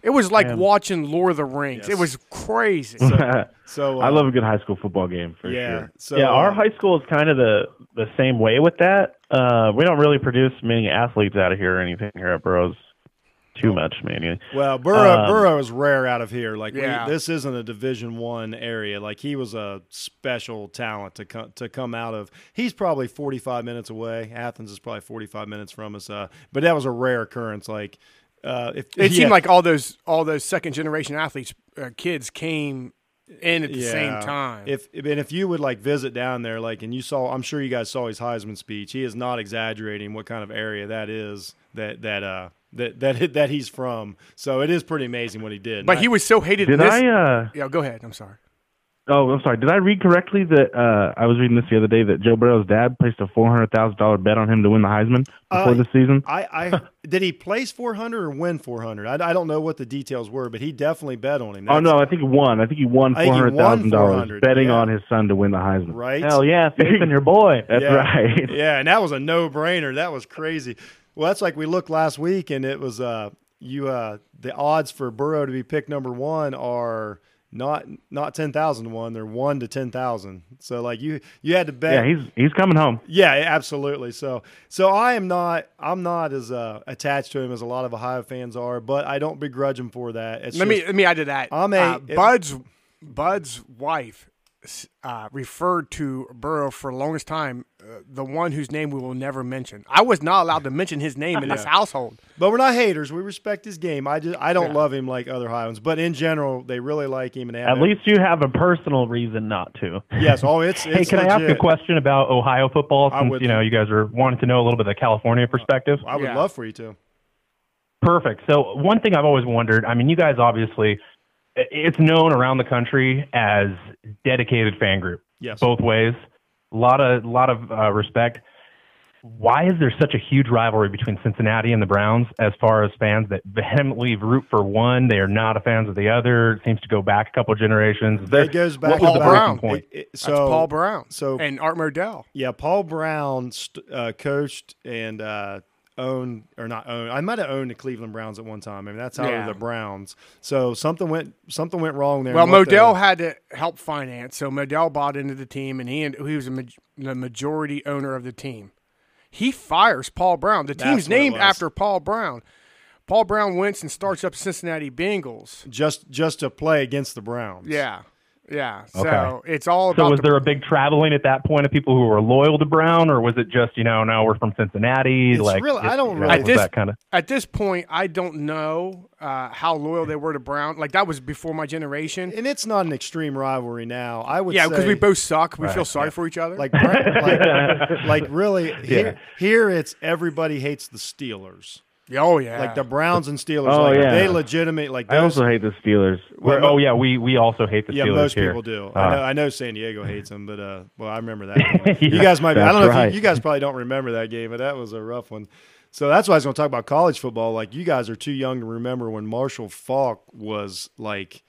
Speaker 2: It was like
Speaker 10: Man.
Speaker 2: watching Lord of the Rings. It was crazy.
Speaker 3: so uh,
Speaker 10: I love a good high school football game for sure.
Speaker 12: yeah, our high school is kind of the the same way with that. Uh, we don't really produce many athletes out of here or anything here at Burroughs too much, man.
Speaker 3: Well, Burrow
Speaker 12: Um,
Speaker 3: Burrow is rare out of here. Like we-
Speaker 12: Yeah.
Speaker 3: this isn't a Division One area. Like he was a special talent to come to come out of. He's probably forty five minutes away. Athens is probably forty five minutes from us. Uh, but that was a rare occurrence. Like uh, if
Speaker 2: It
Speaker 3: yeah.
Speaker 2: seemed like all those all those second generation athletes uh, kids came in at the
Speaker 3: Yeah.
Speaker 2: same time.
Speaker 3: If and if you would like visit down there, like, and you saw, I'm sure you guys saw his Heisman speech. He is not exaggerating what kind of area that is that that uh that that that he's from. So it is pretty amazing what he did.
Speaker 2: But he was so hated. in this,
Speaker 3: I, uh,
Speaker 2: yeah, go ahead. I'm sorry.
Speaker 10: uh, Oh, I'm sorry. Did I read correctly that uh, I was reading this the other day that Joe Burrow's dad placed a four hundred thousand dollar bet on him to win the Heisman before
Speaker 3: Uh,
Speaker 10: the season?
Speaker 3: I, I did he place 400 or win 400? I, I don't know what the details were, but he definitely bet on him.
Speaker 10: oh no, I think he won. I think he won
Speaker 3: I
Speaker 10: four
Speaker 3: think he won
Speaker 10: hundred thousand dollars
Speaker 3: 400,
Speaker 10: betting
Speaker 3: yeah.
Speaker 10: on his son to win the Heisman.
Speaker 3: right?
Speaker 12: Hell yeah, faith in your boy.
Speaker 10: That's
Speaker 3: Yeah.
Speaker 10: right.
Speaker 3: Yeah, and that was a no-brainer. That was crazy. Well, that's like we looked last week, and it was uh, you. Uh, the odds for Burrow to be picked number one are not not ten thousand to one; they're one to ten thousand. So like you you had to
Speaker 10: Yeah,
Speaker 3: bet.
Speaker 10: he's he's coming home.
Speaker 3: Yeah, absolutely. So, so I am not, I'm not as uh, attached to him as a lot of Ohio fans are, but I don't begrudge him for that. It's
Speaker 2: let
Speaker 3: just-
Speaker 2: me let me add to that.
Speaker 3: I'm a-
Speaker 2: Uh, Bud's Bud's wife s- uh, referred to Burrow for the longest time, uh, the one whose name we will never mention. I was not allowed to mention his name in this
Speaker 3: Yeah.
Speaker 2: household.
Speaker 3: But we're not haters. We respect his game. I just, I don't
Speaker 2: Yeah.
Speaker 3: love him like other Ohioans, but in general, they really like him. And have
Speaker 12: At
Speaker 3: him.
Speaker 12: least you have a personal reason not to.
Speaker 3: yes. Oh, it's,
Speaker 11: Hey,
Speaker 3: it's
Speaker 11: can I ask a
Speaker 3: legit.
Speaker 11: question about Ohio football?
Speaker 3: I
Speaker 11: Since
Speaker 3: would-
Speaker 11: you know you guys are wanting to know a little bit of the California perspective.
Speaker 3: I would love for you to.
Speaker 11: Perfect. So one thing I've always wondered. I mean, you guys obviously, i- it's known around the country as dedicated fan group.
Speaker 3: Yes.
Speaker 11: Both ways. A lot of lot of uh, respect. Why is there such a huge rivalry between Cincinnati and the Browns as far as fans that vehemently root for one? They are not a fans of the other. It seems to go back a couple generations.
Speaker 3: That goes back
Speaker 11: what was
Speaker 3: to
Speaker 11: the
Speaker 3: Paul
Speaker 11: breaking
Speaker 3: Brown.
Speaker 11: point?
Speaker 3: It- it-
Speaker 2: That's
Speaker 3: so
Speaker 2: Paul Brown.
Speaker 3: So
Speaker 2: and Art Modell.
Speaker 3: Yeah, Paul Brown st- uh, coached and uh, owned, or not owned. I might have owned the Cleveland Browns at one time. I mean, that's how
Speaker 2: Yeah.
Speaker 3: the Browns. So something went, something went wrong there.
Speaker 2: Well,
Speaker 3: and left
Speaker 2: Modell
Speaker 3: a-
Speaker 2: had to help finance, so Modell bought into the team, and he and he was a maj- the majority owner of the team. He fires Paul Brown. The
Speaker 3: That's
Speaker 2: team's
Speaker 3: what it
Speaker 2: named
Speaker 3: was.
Speaker 2: after Paul Brown. Paul Brown wins and starts up Cincinnati Bengals.
Speaker 3: just just to play against the Browns.
Speaker 2: Yeah, yeah. So
Speaker 11: Okay.
Speaker 2: it's all
Speaker 11: So
Speaker 2: about
Speaker 11: was
Speaker 2: the
Speaker 11: there a big traveling at that point of people who were loyal to Brown, or was it just you know no we're from Cincinnati?
Speaker 2: It's
Speaker 11: like
Speaker 2: really- I don't
Speaker 11: you know,
Speaker 2: really- At
Speaker 11: was
Speaker 2: this-
Speaker 11: that kind of
Speaker 2: At this point, I don't know uh, how loyal they were to Brown. Like that was before my generation.
Speaker 3: And it's not an extreme rivalry now. I would
Speaker 2: yeah, because
Speaker 3: say-
Speaker 2: we both suck. We
Speaker 3: Right,
Speaker 2: feel sorry
Speaker 3: yeah.
Speaker 2: for each other.
Speaker 3: Like, Brad- like, like really here, here it's everybody hates the Steelers.
Speaker 2: Oh yeah.
Speaker 3: Like the Browns and Steelers.
Speaker 10: Oh,
Speaker 3: like,
Speaker 10: yeah.
Speaker 3: They legitimate like
Speaker 10: I
Speaker 3: those,
Speaker 10: also hate the Steelers.
Speaker 11: We're- oh yeah, we we also hate the
Speaker 3: yeah,
Speaker 11: Steelers
Speaker 3: most
Speaker 11: here.
Speaker 3: people do.
Speaker 11: Uh,
Speaker 3: I, know, I know San Diego hates them, but uh, well, I remember that. Game. you guys might. Be, I
Speaker 10: That's
Speaker 3: don't know. If
Speaker 10: right.
Speaker 3: you, you guys probably don't remember that game, but that was a rough one. So that's why I was going to talk about college football. Like you guys are too young to remember when Marshall Falk was like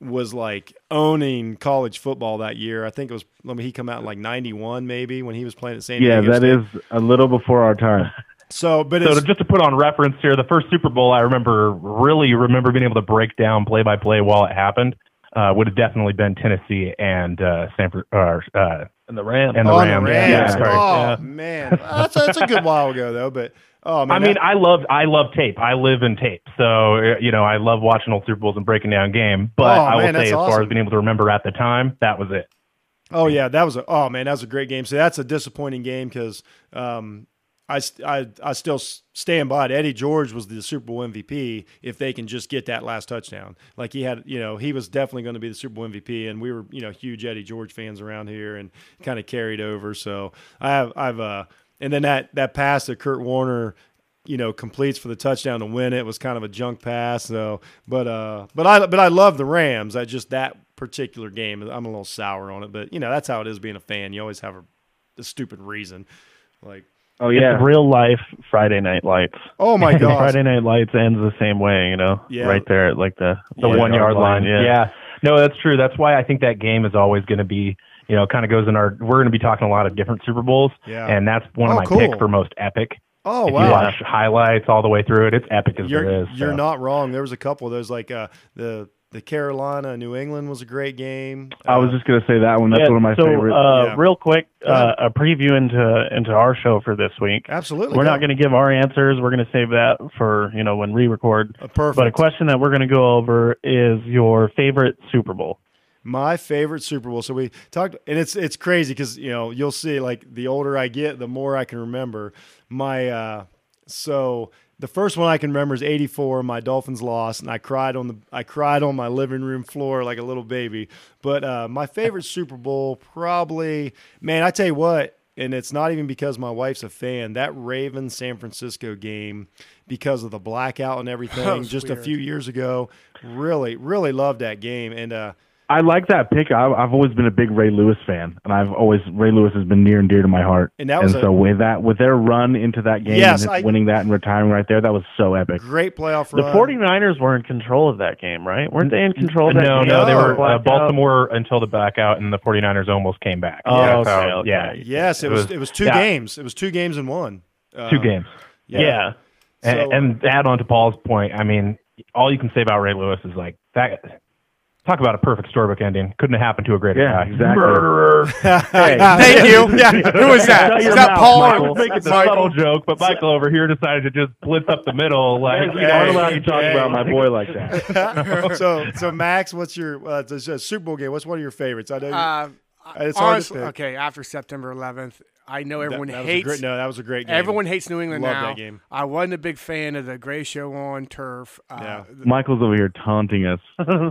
Speaker 3: was like owning college football that year. I think it was. I mean, he come out in like '91 maybe when he was playing at San
Speaker 10: Yeah,
Speaker 3: Diego.
Speaker 10: that
Speaker 3: State.
Speaker 10: is a little before our time.
Speaker 3: So, but
Speaker 11: so
Speaker 3: it's,
Speaker 11: to, just to put on reference here, the first Super Bowl I remember really remember being able to break down play by play while it happened uh, would have definitely been Tennessee and uh, Sanford or uh, and the Rams and the
Speaker 3: Oh,
Speaker 11: Rams. Yeah, sorry.
Speaker 3: Oh
Speaker 11: Yeah.
Speaker 3: man, that's, that's a good while ago though. But oh man,
Speaker 11: I mean, I love I love tape. I live in tape, so uh, you know I love watching old Super Bowls and breaking down game. But
Speaker 3: Oh,
Speaker 11: I will
Speaker 3: man,
Speaker 11: say,
Speaker 3: that's
Speaker 11: as far
Speaker 3: awesome.
Speaker 11: as being able to remember at the time, that was it.
Speaker 3: Oh yeah, that was a oh man, that was a great game. So that's a disappointing game because um, I, st- I I still s- stand by it. Eddie George was the Super Bowl MVP if they can just get that last touchdown. Like he had, you know, he was definitely going to be the Super Bowl MVP, and we were you know huge Eddie George fans around here, and kind of carried over. So I have I've uh, and then that that pass that Kurt Warner you know completes for the touchdown to win it was kind of a junk pass so but uh but i but i love the rams i just that particular game i'm a little sour on it but you know that's how it is being a fan you always have a, a stupid reason like
Speaker 10: Oh yeah,
Speaker 12: It's real life Friday Night Lights.
Speaker 3: Oh, my gosh.
Speaker 12: Friday Night Lights ends the same way, you know,
Speaker 11: Yeah.
Speaker 12: right there at like the
Speaker 11: the one yard line. No, that's true. That's why I think that game is always going to be, you know, kind of goes in our. We're going to be talking a lot of different Super Bowls.
Speaker 3: Yeah.
Speaker 11: And that's one
Speaker 3: Oh,
Speaker 11: of my
Speaker 3: cool.
Speaker 11: picks for most epic.
Speaker 3: Oh,
Speaker 11: if
Speaker 3: wow.
Speaker 11: You watch highlights all the way through it. It's epic as
Speaker 3: you're
Speaker 11: it is.
Speaker 3: you're
Speaker 11: so.
Speaker 3: not wrong there was a couple of those like uh the the carolina new england was a great game Uh,
Speaker 10: I was just gonna say that one. That's
Speaker 12: Yeah,
Speaker 10: one of my
Speaker 12: so,
Speaker 10: favorite.
Speaker 12: Uh,
Speaker 3: Yeah.
Speaker 12: Real quick, uh, a preview into into our show for this week.
Speaker 3: Absolutely,
Speaker 12: we're
Speaker 3: go.
Speaker 12: not going to give our answers. We're going to save that for you know when we record.
Speaker 3: Uh, perfect.
Speaker 12: But a question that we're going to go over is your favorite Super Bowl.
Speaker 3: My favorite Super Bowl. So we talked, and it's it's crazy because you know you'll see like the older I get, the more I can remember. My uh, so the first one I can remember is '84. My Dolphins lost, and I cried on the I cried on my living room floor like a little baby. But uh, my favorite Super Bowl probably, man, I tell you what, and it's not even because my wife's a fan. That Ravens San Francisco game, because of the blackout and everything,
Speaker 2: was
Speaker 3: just a
Speaker 2: weird.
Speaker 3: few years ago, really really loved that game, and. uh
Speaker 10: I like that pick. I've, I've always been a big Ray Lewis fan, and I've always Ray Lewis has been near and dear to my heart.
Speaker 3: And that was a-
Speaker 10: so with that, with their run into that game,
Speaker 3: Yes,
Speaker 10: and
Speaker 3: I-
Speaker 10: winning that and retiring right there, that was so epic.
Speaker 3: Great playoff
Speaker 10: The
Speaker 12: The
Speaker 11: Uh,
Speaker 3: run.
Speaker 12: 49ers were in control of that game, right? Weren't they in control of that
Speaker 11: No,
Speaker 12: game? Oh,
Speaker 11: no, they were uh,
Speaker 12: Blackout?
Speaker 11: Baltimore until the blackout, and the 49ers almost came back.
Speaker 12: Oh,
Speaker 11: Yeah,
Speaker 12: okay,
Speaker 11: so,
Speaker 12: okay.
Speaker 11: yeah.
Speaker 3: Yes, it was. It was two
Speaker 11: yeah,
Speaker 3: games. It was two games in one. Uh,
Speaker 11: Two games.
Speaker 3: yeah. Yeah. So-
Speaker 11: And, and to add on to Paul's point, I mean, all you can say about Ray Lewis is like that. Talk about a perfect storybook ending. Couldn't have happened to a greater guy.
Speaker 10: exactly.
Speaker 11: Murderer.
Speaker 2: Thank you. Yeah. Who was that?
Speaker 11: Shut
Speaker 2: Is
Speaker 11: your
Speaker 2: that
Speaker 11: mouth,
Speaker 2: Paul?
Speaker 11: Michael. I was making a
Speaker 2: Michael.
Speaker 11: subtle joke, but Michael over here decided to just blitz up the middle. Like,
Speaker 12: Hey,
Speaker 11: you know,
Speaker 12: hey, hey.
Speaker 10: like that.
Speaker 3: so, so Max, what's your uh, the uh, Super Bowl game? What's one of your favorites? I know. You,
Speaker 2: Uh,
Speaker 3: it's hard to
Speaker 2: honestly,
Speaker 3: pick.
Speaker 2: okay, after September 11th, I know everyone
Speaker 3: that was a
Speaker 2: hates.
Speaker 3: great- no, that was a great game.
Speaker 2: Everyone hates New England
Speaker 3: Love
Speaker 2: now.
Speaker 3: that game.
Speaker 2: I wasn't a big fan of the Gray Show on turf. Uh,
Speaker 10: Michael's over here taunting us.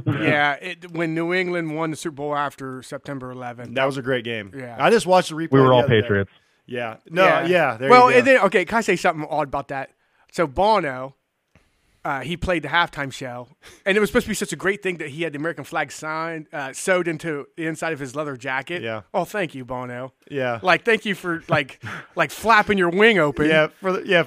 Speaker 2: yeah, it, when New England won the Super Bowl after September 11th,
Speaker 3: That was a great game.
Speaker 2: Yeah.
Speaker 3: I just watched the replay.
Speaker 11: We were
Speaker 3: the
Speaker 11: all
Speaker 3: other day.
Speaker 11: Patriots.
Speaker 3: Yeah. No. Yeah. there
Speaker 2: well,
Speaker 3: you go.
Speaker 2: and then okay, can I say something odd about that? So Bono, uh, he played the halftime show, and it was supposed to be such a great thing that he had the American flag signed, uh, sewed into the inside of his leather jacket.
Speaker 3: Yeah.
Speaker 2: Oh, thank you, Bono.
Speaker 3: Yeah.
Speaker 2: Like, thank you for like, like flapping your wing open.
Speaker 3: Yeah, for the, yeah,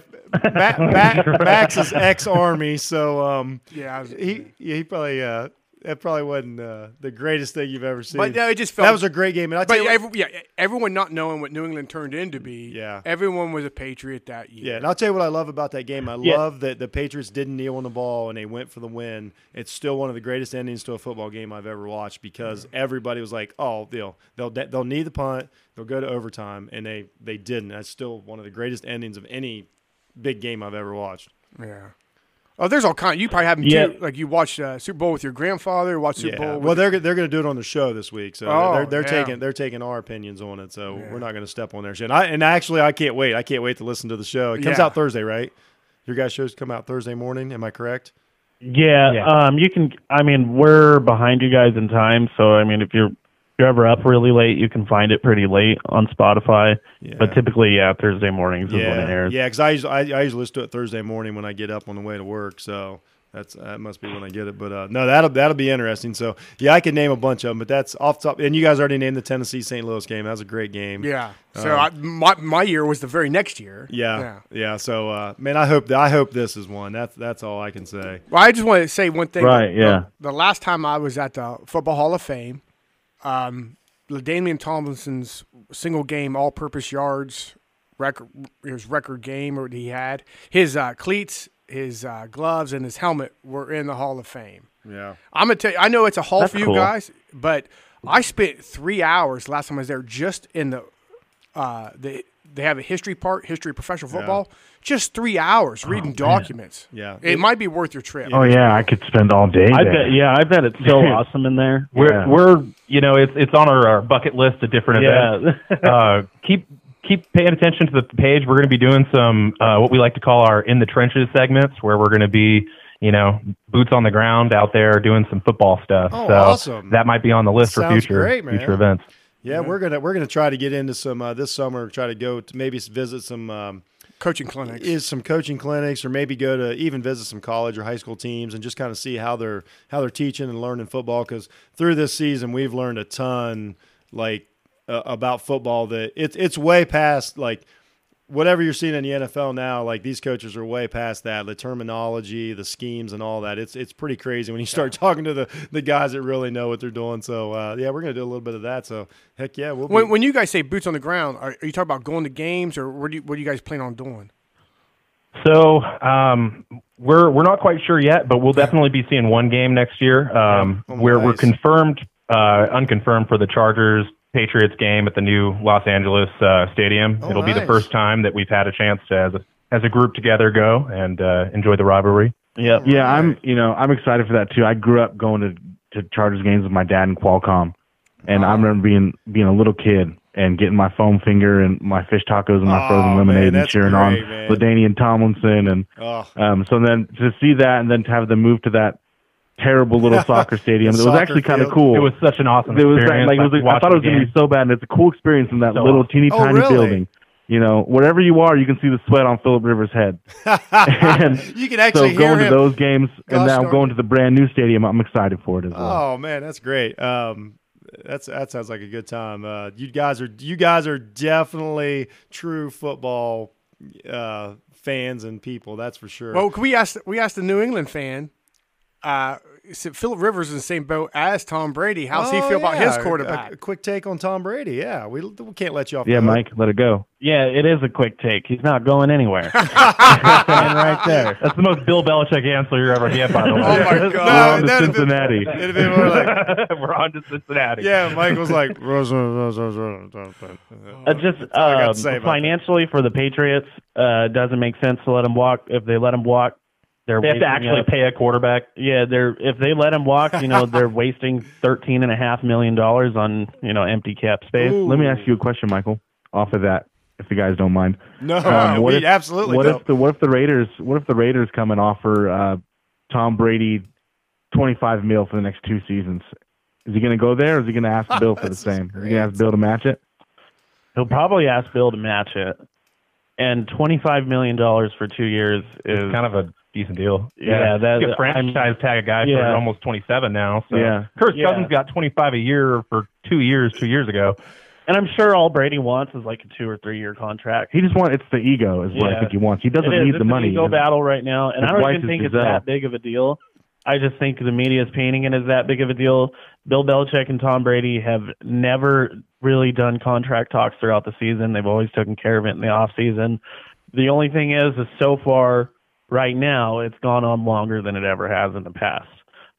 Speaker 3: Matt, Matt, Max is ex-army, so um,
Speaker 2: Yeah, I was-
Speaker 3: he he probably uh, that probably wasn't uh, the greatest thing you've ever seen.
Speaker 2: But no, it just felt
Speaker 3: that was a great game, and I
Speaker 2: but
Speaker 3: tell you, what,
Speaker 2: every, yeah, everyone not knowing what New England turned into be.
Speaker 3: Yeah.
Speaker 2: Everyone was a patriot that year.
Speaker 3: yeah, and I'll tell you what I love about that game. I
Speaker 2: Yeah.
Speaker 3: love that the Patriots didn't kneel on the ball and they went for the win. It's still one of the greatest endings to a football game I've ever watched because everybody was like, "Oh, they'll they'll they'll need the punt, they'll go to overtime," and they they didn't. That's still one of the greatest endings of any big game I've ever watched.
Speaker 2: Yeah. Oh, there's all kind. You probably have them
Speaker 3: Yeah.
Speaker 2: too. Like you watched uh, Super Bowl with your grandfather. Watched Super
Speaker 3: Yeah.
Speaker 2: Bowl. With
Speaker 3: Well, they're they're going to do it on the show this week, so
Speaker 2: Oh,
Speaker 3: they're, they're
Speaker 2: yeah.
Speaker 3: taking they're taking our opinions on it. So we're not going to step on their shit. And, I, and actually, I can't wait. I can't wait to listen to the show. It comes
Speaker 12: Yeah.
Speaker 3: out Thursday, right? Your guys' shows come out Thursday morning. Am I correct?
Speaker 12: Yeah,
Speaker 3: Yeah.
Speaker 12: um, you can. I mean, we're behind you guys in time, so I mean, if you're if you're ever up really late, you can find it pretty late on Spotify. But typically, yeah, Thursday mornings is when it
Speaker 3: Yeah,
Speaker 12: airs.
Speaker 3: yeah. Because I, usually- I I usually listen to it Thursday morning when I get up on the way to work. So that's that must be when I get it. But uh, no, that'll that'll be interesting. So yeah, I could name a bunch of them, but that's off the top. And you guys already named the Tennessee St. Louis game. That was a great game.
Speaker 2: Yeah. So
Speaker 3: Um,
Speaker 2: I, my my year was the very next year.
Speaker 3: Yeah, yeah. So, uh, man, I hope I hope this is one. That's that's all I can say.
Speaker 2: Well, I just want to say one thing.
Speaker 3: Right,
Speaker 2: The-
Speaker 3: yeah.
Speaker 2: The, last time I was at the Football Hall of Fame, um, Ladainian Tomlinson's single game all purpose yards record his record game or what he had his uh, cleats, his uh, gloves, and his helmet were in the Hall of Fame.
Speaker 3: Yeah.
Speaker 2: I'm gonna tell you. I know it's a haul
Speaker 12: That's
Speaker 2: for you
Speaker 12: cool.
Speaker 2: guys, but I spent three hours last time I was there just in the uh, the they have a history part, history of professional
Speaker 12: Yeah.
Speaker 2: football. Just three hours reading documents.
Speaker 3: Yeah,
Speaker 2: it, might be worth your trip.
Speaker 10: oh yeah, I could spend all day.
Speaker 12: I
Speaker 10: there.
Speaker 12: bet. Yeah, I bet it's so awesome in there.
Speaker 11: We're
Speaker 12: yeah.
Speaker 11: we're you know it's it's on our, our bucket list of different
Speaker 12: Yeah.
Speaker 11: events. uh, keep keep paying attention to the page. We're going to be doing some uh, what we like to call our in the trenches segments, where we're going to be you know boots on the ground out there doing some football stuff.
Speaker 3: Oh,
Speaker 11: so
Speaker 3: awesome.
Speaker 11: That might be on the list for
Speaker 3: Sounds
Speaker 11: future
Speaker 3: great, man.
Speaker 11: future events.
Speaker 3: Yeah, we're gonna we're gonna try to get into some uh, this summer. Try to go to maybe s- visit some um,
Speaker 2: coaching clinics,
Speaker 3: is some coaching clinics, or maybe go to even visit some college or high school teams and just kind of see how they're how they're teaching and learning football. Because through this season, we've learned a ton, like uh, about football that it's it's way past like whatever you're seeing in the NFL now, like these coaches are way past that. The terminology, the schemes, and all that. It's it's pretty crazy when you start talking to the the guys that really know what they're doing. So uh, yeah, we're gonna do a little bit of that. So heck yeah, we'll. Be,
Speaker 2: When, when you guys say boots on the ground, are, are you talking about going to games or what do you, what do you guys plan on doing?
Speaker 11: So um, we're we're not quite sure yet, but we'll definitely be seeing one game next year. Um,
Speaker 12: Yeah. Oh,
Speaker 11: where we're
Speaker 12: nice.
Speaker 11: confirmed, uh, unconfirmed for the Chargers Patriots game at the new Los Angeles uh, Stadium.
Speaker 12: Oh,
Speaker 11: It'll be the
Speaker 12: nice.
Speaker 11: first time that we've had a chance to as a, as a group together go and uh, enjoy the rivalry.
Speaker 12: Yeah,
Speaker 10: yeah. I'm you know I'm excited for that too. I grew up going to to Chargers games with my dad in Qualcomm, and I remember being being a little kid and getting my foam finger and my fish tacos and my
Speaker 12: Oh,
Speaker 10: frozen
Speaker 12: man,
Speaker 10: lemonade and
Speaker 12: that's
Speaker 10: cheering
Speaker 12: great, man.
Speaker 10: on Ladainian Tomlinson and
Speaker 3: Oh.
Speaker 10: um, so then to see that and then to have them move to that terrible little soccer stadium, it
Speaker 11: The
Speaker 10: was
Speaker 11: soccer
Speaker 10: actually kind of
Speaker 11: field.
Speaker 10: cool.
Speaker 11: It was such an awesome
Speaker 10: It was
Speaker 11: experience,
Speaker 10: like, it was,
Speaker 11: like,
Speaker 10: I thought it was
Speaker 11: watching
Speaker 10: going to
Speaker 11: the
Speaker 10: be so bad, and it's a cool experience in that
Speaker 11: So
Speaker 10: little
Speaker 11: awesome.
Speaker 10: teeny
Speaker 11: Oh,
Speaker 10: tiny
Speaker 11: really?
Speaker 10: building. You know, wherever you are, you can see the sweat on Philip Rivers' head. and
Speaker 3: You can actually hear
Speaker 10: so going to
Speaker 3: him.
Speaker 10: those games
Speaker 3: Gosh
Speaker 10: and now
Speaker 3: darn
Speaker 10: going to the brand new stadium. I'm excited for it as well.
Speaker 3: Oh man, that's great. Um, that's that sounds like a good time. Uh, you guys are you guys are definitely true football uh, fans and people. That's for sure.
Speaker 2: Well, can we ask we asked the New England fan, uh, said Philip Rivers in the same boat as Tom Brady. How's he
Speaker 3: Oh,
Speaker 2: feel about his
Speaker 3: yeah.
Speaker 2: quarterback?
Speaker 3: A, a quick take on Tom Brady. Yeah, we, we can't let you off. the
Speaker 11: Yeah,
Speaker 3: hook.
Speaker 11: Mike, let it go. Yeah, it is a quick take. He's not going anywhere. right there.
Speaker 14: That's the most Bill Belichick answer you ever get, by the way.
Speaker 11: Oh, my God.
Speaker 14: We're on to
Speaker 11: That'd have been-
Speaker 14: Cincinnati.
Speaker 11: that'd have been more
Speaker 14: We're on to Cincinnati.
Speaker 3: Yeah, Mike was like,
Speaker 11: Uh, just
Speaker 3: all I got to
Speaker 11: um,
Speaker 3: say about
Speaker 11: financially for the Patriots, uh, doesn't make sense to let him walk. If they let him walk, they're
Speaker 14: They have to
Speaker 11: wasting
Speaker 14: actually
Speaker 11: up-
Speaker 14: pay a quarterback.
Speaker 11: Yeah, they're if they let him walk, you know, they're wasting thirteen and a half million dollars on you know empty cap space.
Speaker 10: Let me ask you a question, Michael, off of that, if you guys don't mind.
Speaker 3: No,
Speaker 10: Um, what
Speaker 3: we
Speaker 10: if-
Speaker 3: absolutely
Speaker 10: What
Speaker 3: don't.
Speaker 10: if the what if the Raiders what if the Raiders come and offer uh, Tom Brady twenty five mil for the next two seasons? Is he going to go there, or is he going to ask Bill for the same? Is he going to ask Bill to match it?
Speaker 11: He'll probably ask Bill to match it, and twenty five million dollars for two years is
Speaker 14: kind of a decent deal.
Speaker 11: Yeah, that-
Speaker 14: that's a franchise tag a guy
Speaker 11: Yeah.
Speaker 14: for almost 27 now. So.
Speaker 11: Yeah.
Speaker 14: Kirk
Speaker 11: Yeah.
Speaker 14: Cousins got 25 a year for two years, two years ago.
Speaker 11: And I'm sure all Brady wants is like a two or three year contract.
Speaker 10: He just wants it's the ego is what I
Speaker 11: Yeah.
Speaker 10: think he wants. He doesn't
Speaker 11: It is.
Speaker 10: need
Speaker 11: It's
Speaker 10: the
Speaker 11: an
Speaker 10: money.
Speaker 11: Ego battle right now, and
Speaker 10: His
Speaker 11: I don't
Speaker 10: wife
Speaker 11: even
Speaker 10: is
Speaker 11: think
Speaker 10: Giselle.
Speaker 11: it's that big of a deal. I just think the media is painting it as that big of a deal. Bill Belichick and Tom Brady have never really done contract talks throughout the season. They've always taken care of it in the off season. The only thing is, is so far right now, it's gone on longer than it ever has in the past.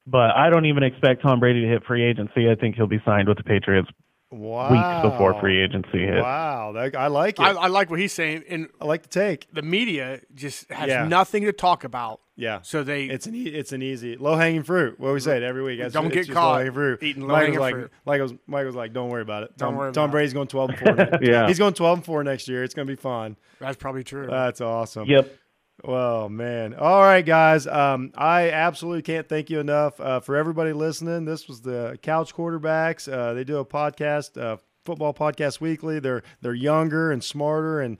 Speaker 11: But I don't even expect Tom Brady to hit free agency. I think he'll be signed with the Patriots
Speaker 3: wow.
Speaker 11: weeks before free agency hits.
Speaker 3: Wow, that, I like it.
Speaker 2: I, I like what he's saying, and
Speaker 3: I like the take.
Speaker 2: The media just has
Speaker 3: Yeah.
Speaker 2: nothing to talk about.
Speaker 3: Yeah.
Speaker 2: So they
Speaker 3: it's an e- it's an easy low hanging fruit. What we say it every week. That's-
Speaker 2: Don't
Speaker 3: it's
Speaker 2: get
Speaker 3: just
Speaker 2: caught
Speaker 3: low-hanging fruit.
Speaker 2: eating
Speaker 3: Mike was
Speaker 2: low-hanging
Speaker 3: like,
Speaker 2: fruit.
Speaker 3: Like was Mike was like, don't worry about it.
Speaker 2: Don't
Speaker 3: Tom,
Speaker 2: worry
Speaker 3: Tom
Speaker 2: about
Speaker 3: Brady's going twelve and four. next-
Speaker 2: Yeah.
Speaker 3: he's going twelve and four next year. It's going to be fun.
Speaker 2: That's probably true.
Speaker 3: That's awesome.
Speaker 11: Yep.
Speaker 3: Well, man. All right, guys. Um, I absolutely can't thank you enough uh, for everybody listening. This was the Couch Quarterbacks. Uh, they do a podcast, uh, football podcast weekly. They're they're younger and smarter, and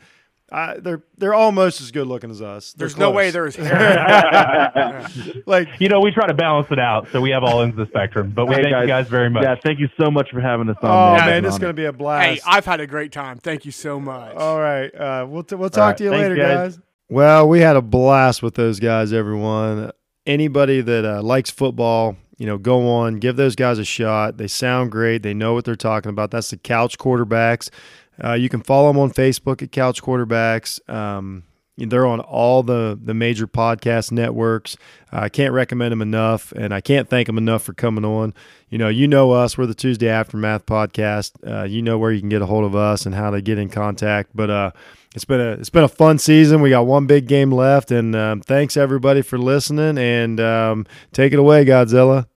Speaker 3: I, they're they're almost as good looking as us. They're
Speaker 2: There's no way
Speaker 3: close.
Speaker 2: they're as-
Speaker 3: like
Speaker 14: you know, we try to balance it out, so we have all ends of the spectrum. But we
Speaker 10: Hey,
Speaker 14: thank
Speaker 10: guys.
Speaker 14: you guys very much.
Speaker 10: Yeah, thank you so much for having us on.
Speaker 3: Oh,
Speaker 10: It's
Speaker 3: man,
Speaker 10: been
Speaker 3: this is
Speaker 10: an
Speaker 3: going
Speaker 10: honor.
Speaker 3: to be a
Speaker 2: Hey,
Speaker 3: blast.
Speaker 2: I've had a great time. Thank you so much.
Speaker 3: All right. Uh, we'll, t- we'll
Speaker 2: All
Speaker 3: talk
Speaker 2: right.
Speaker 3: to you
Speaker 2: Thanks,
Speaker 3: later,
Speaker 2: guys.
Speaker 3: guys. Well, we had a blast with those guys, everyone. Anybody that uh, likes football, you know, go on, give those guys a shot. They sound great. They know what they're talking about. That's the Couch Quarterbacks. Uh, you can follow them on Facebook at Couch Quarterbacks. Um, they're on all the the major podcast networks. I can't recommend them enough, and I can't thank them enough for coming on. You know, you know us. We're the Tuesday Aftermath podcast. Uh, you know where you can get a hold of us and how to get in contact. But uh, it's been a it's been a fun season. We got one big game left, and um, thanks everybody for listening. And um, take it away, Godzilla.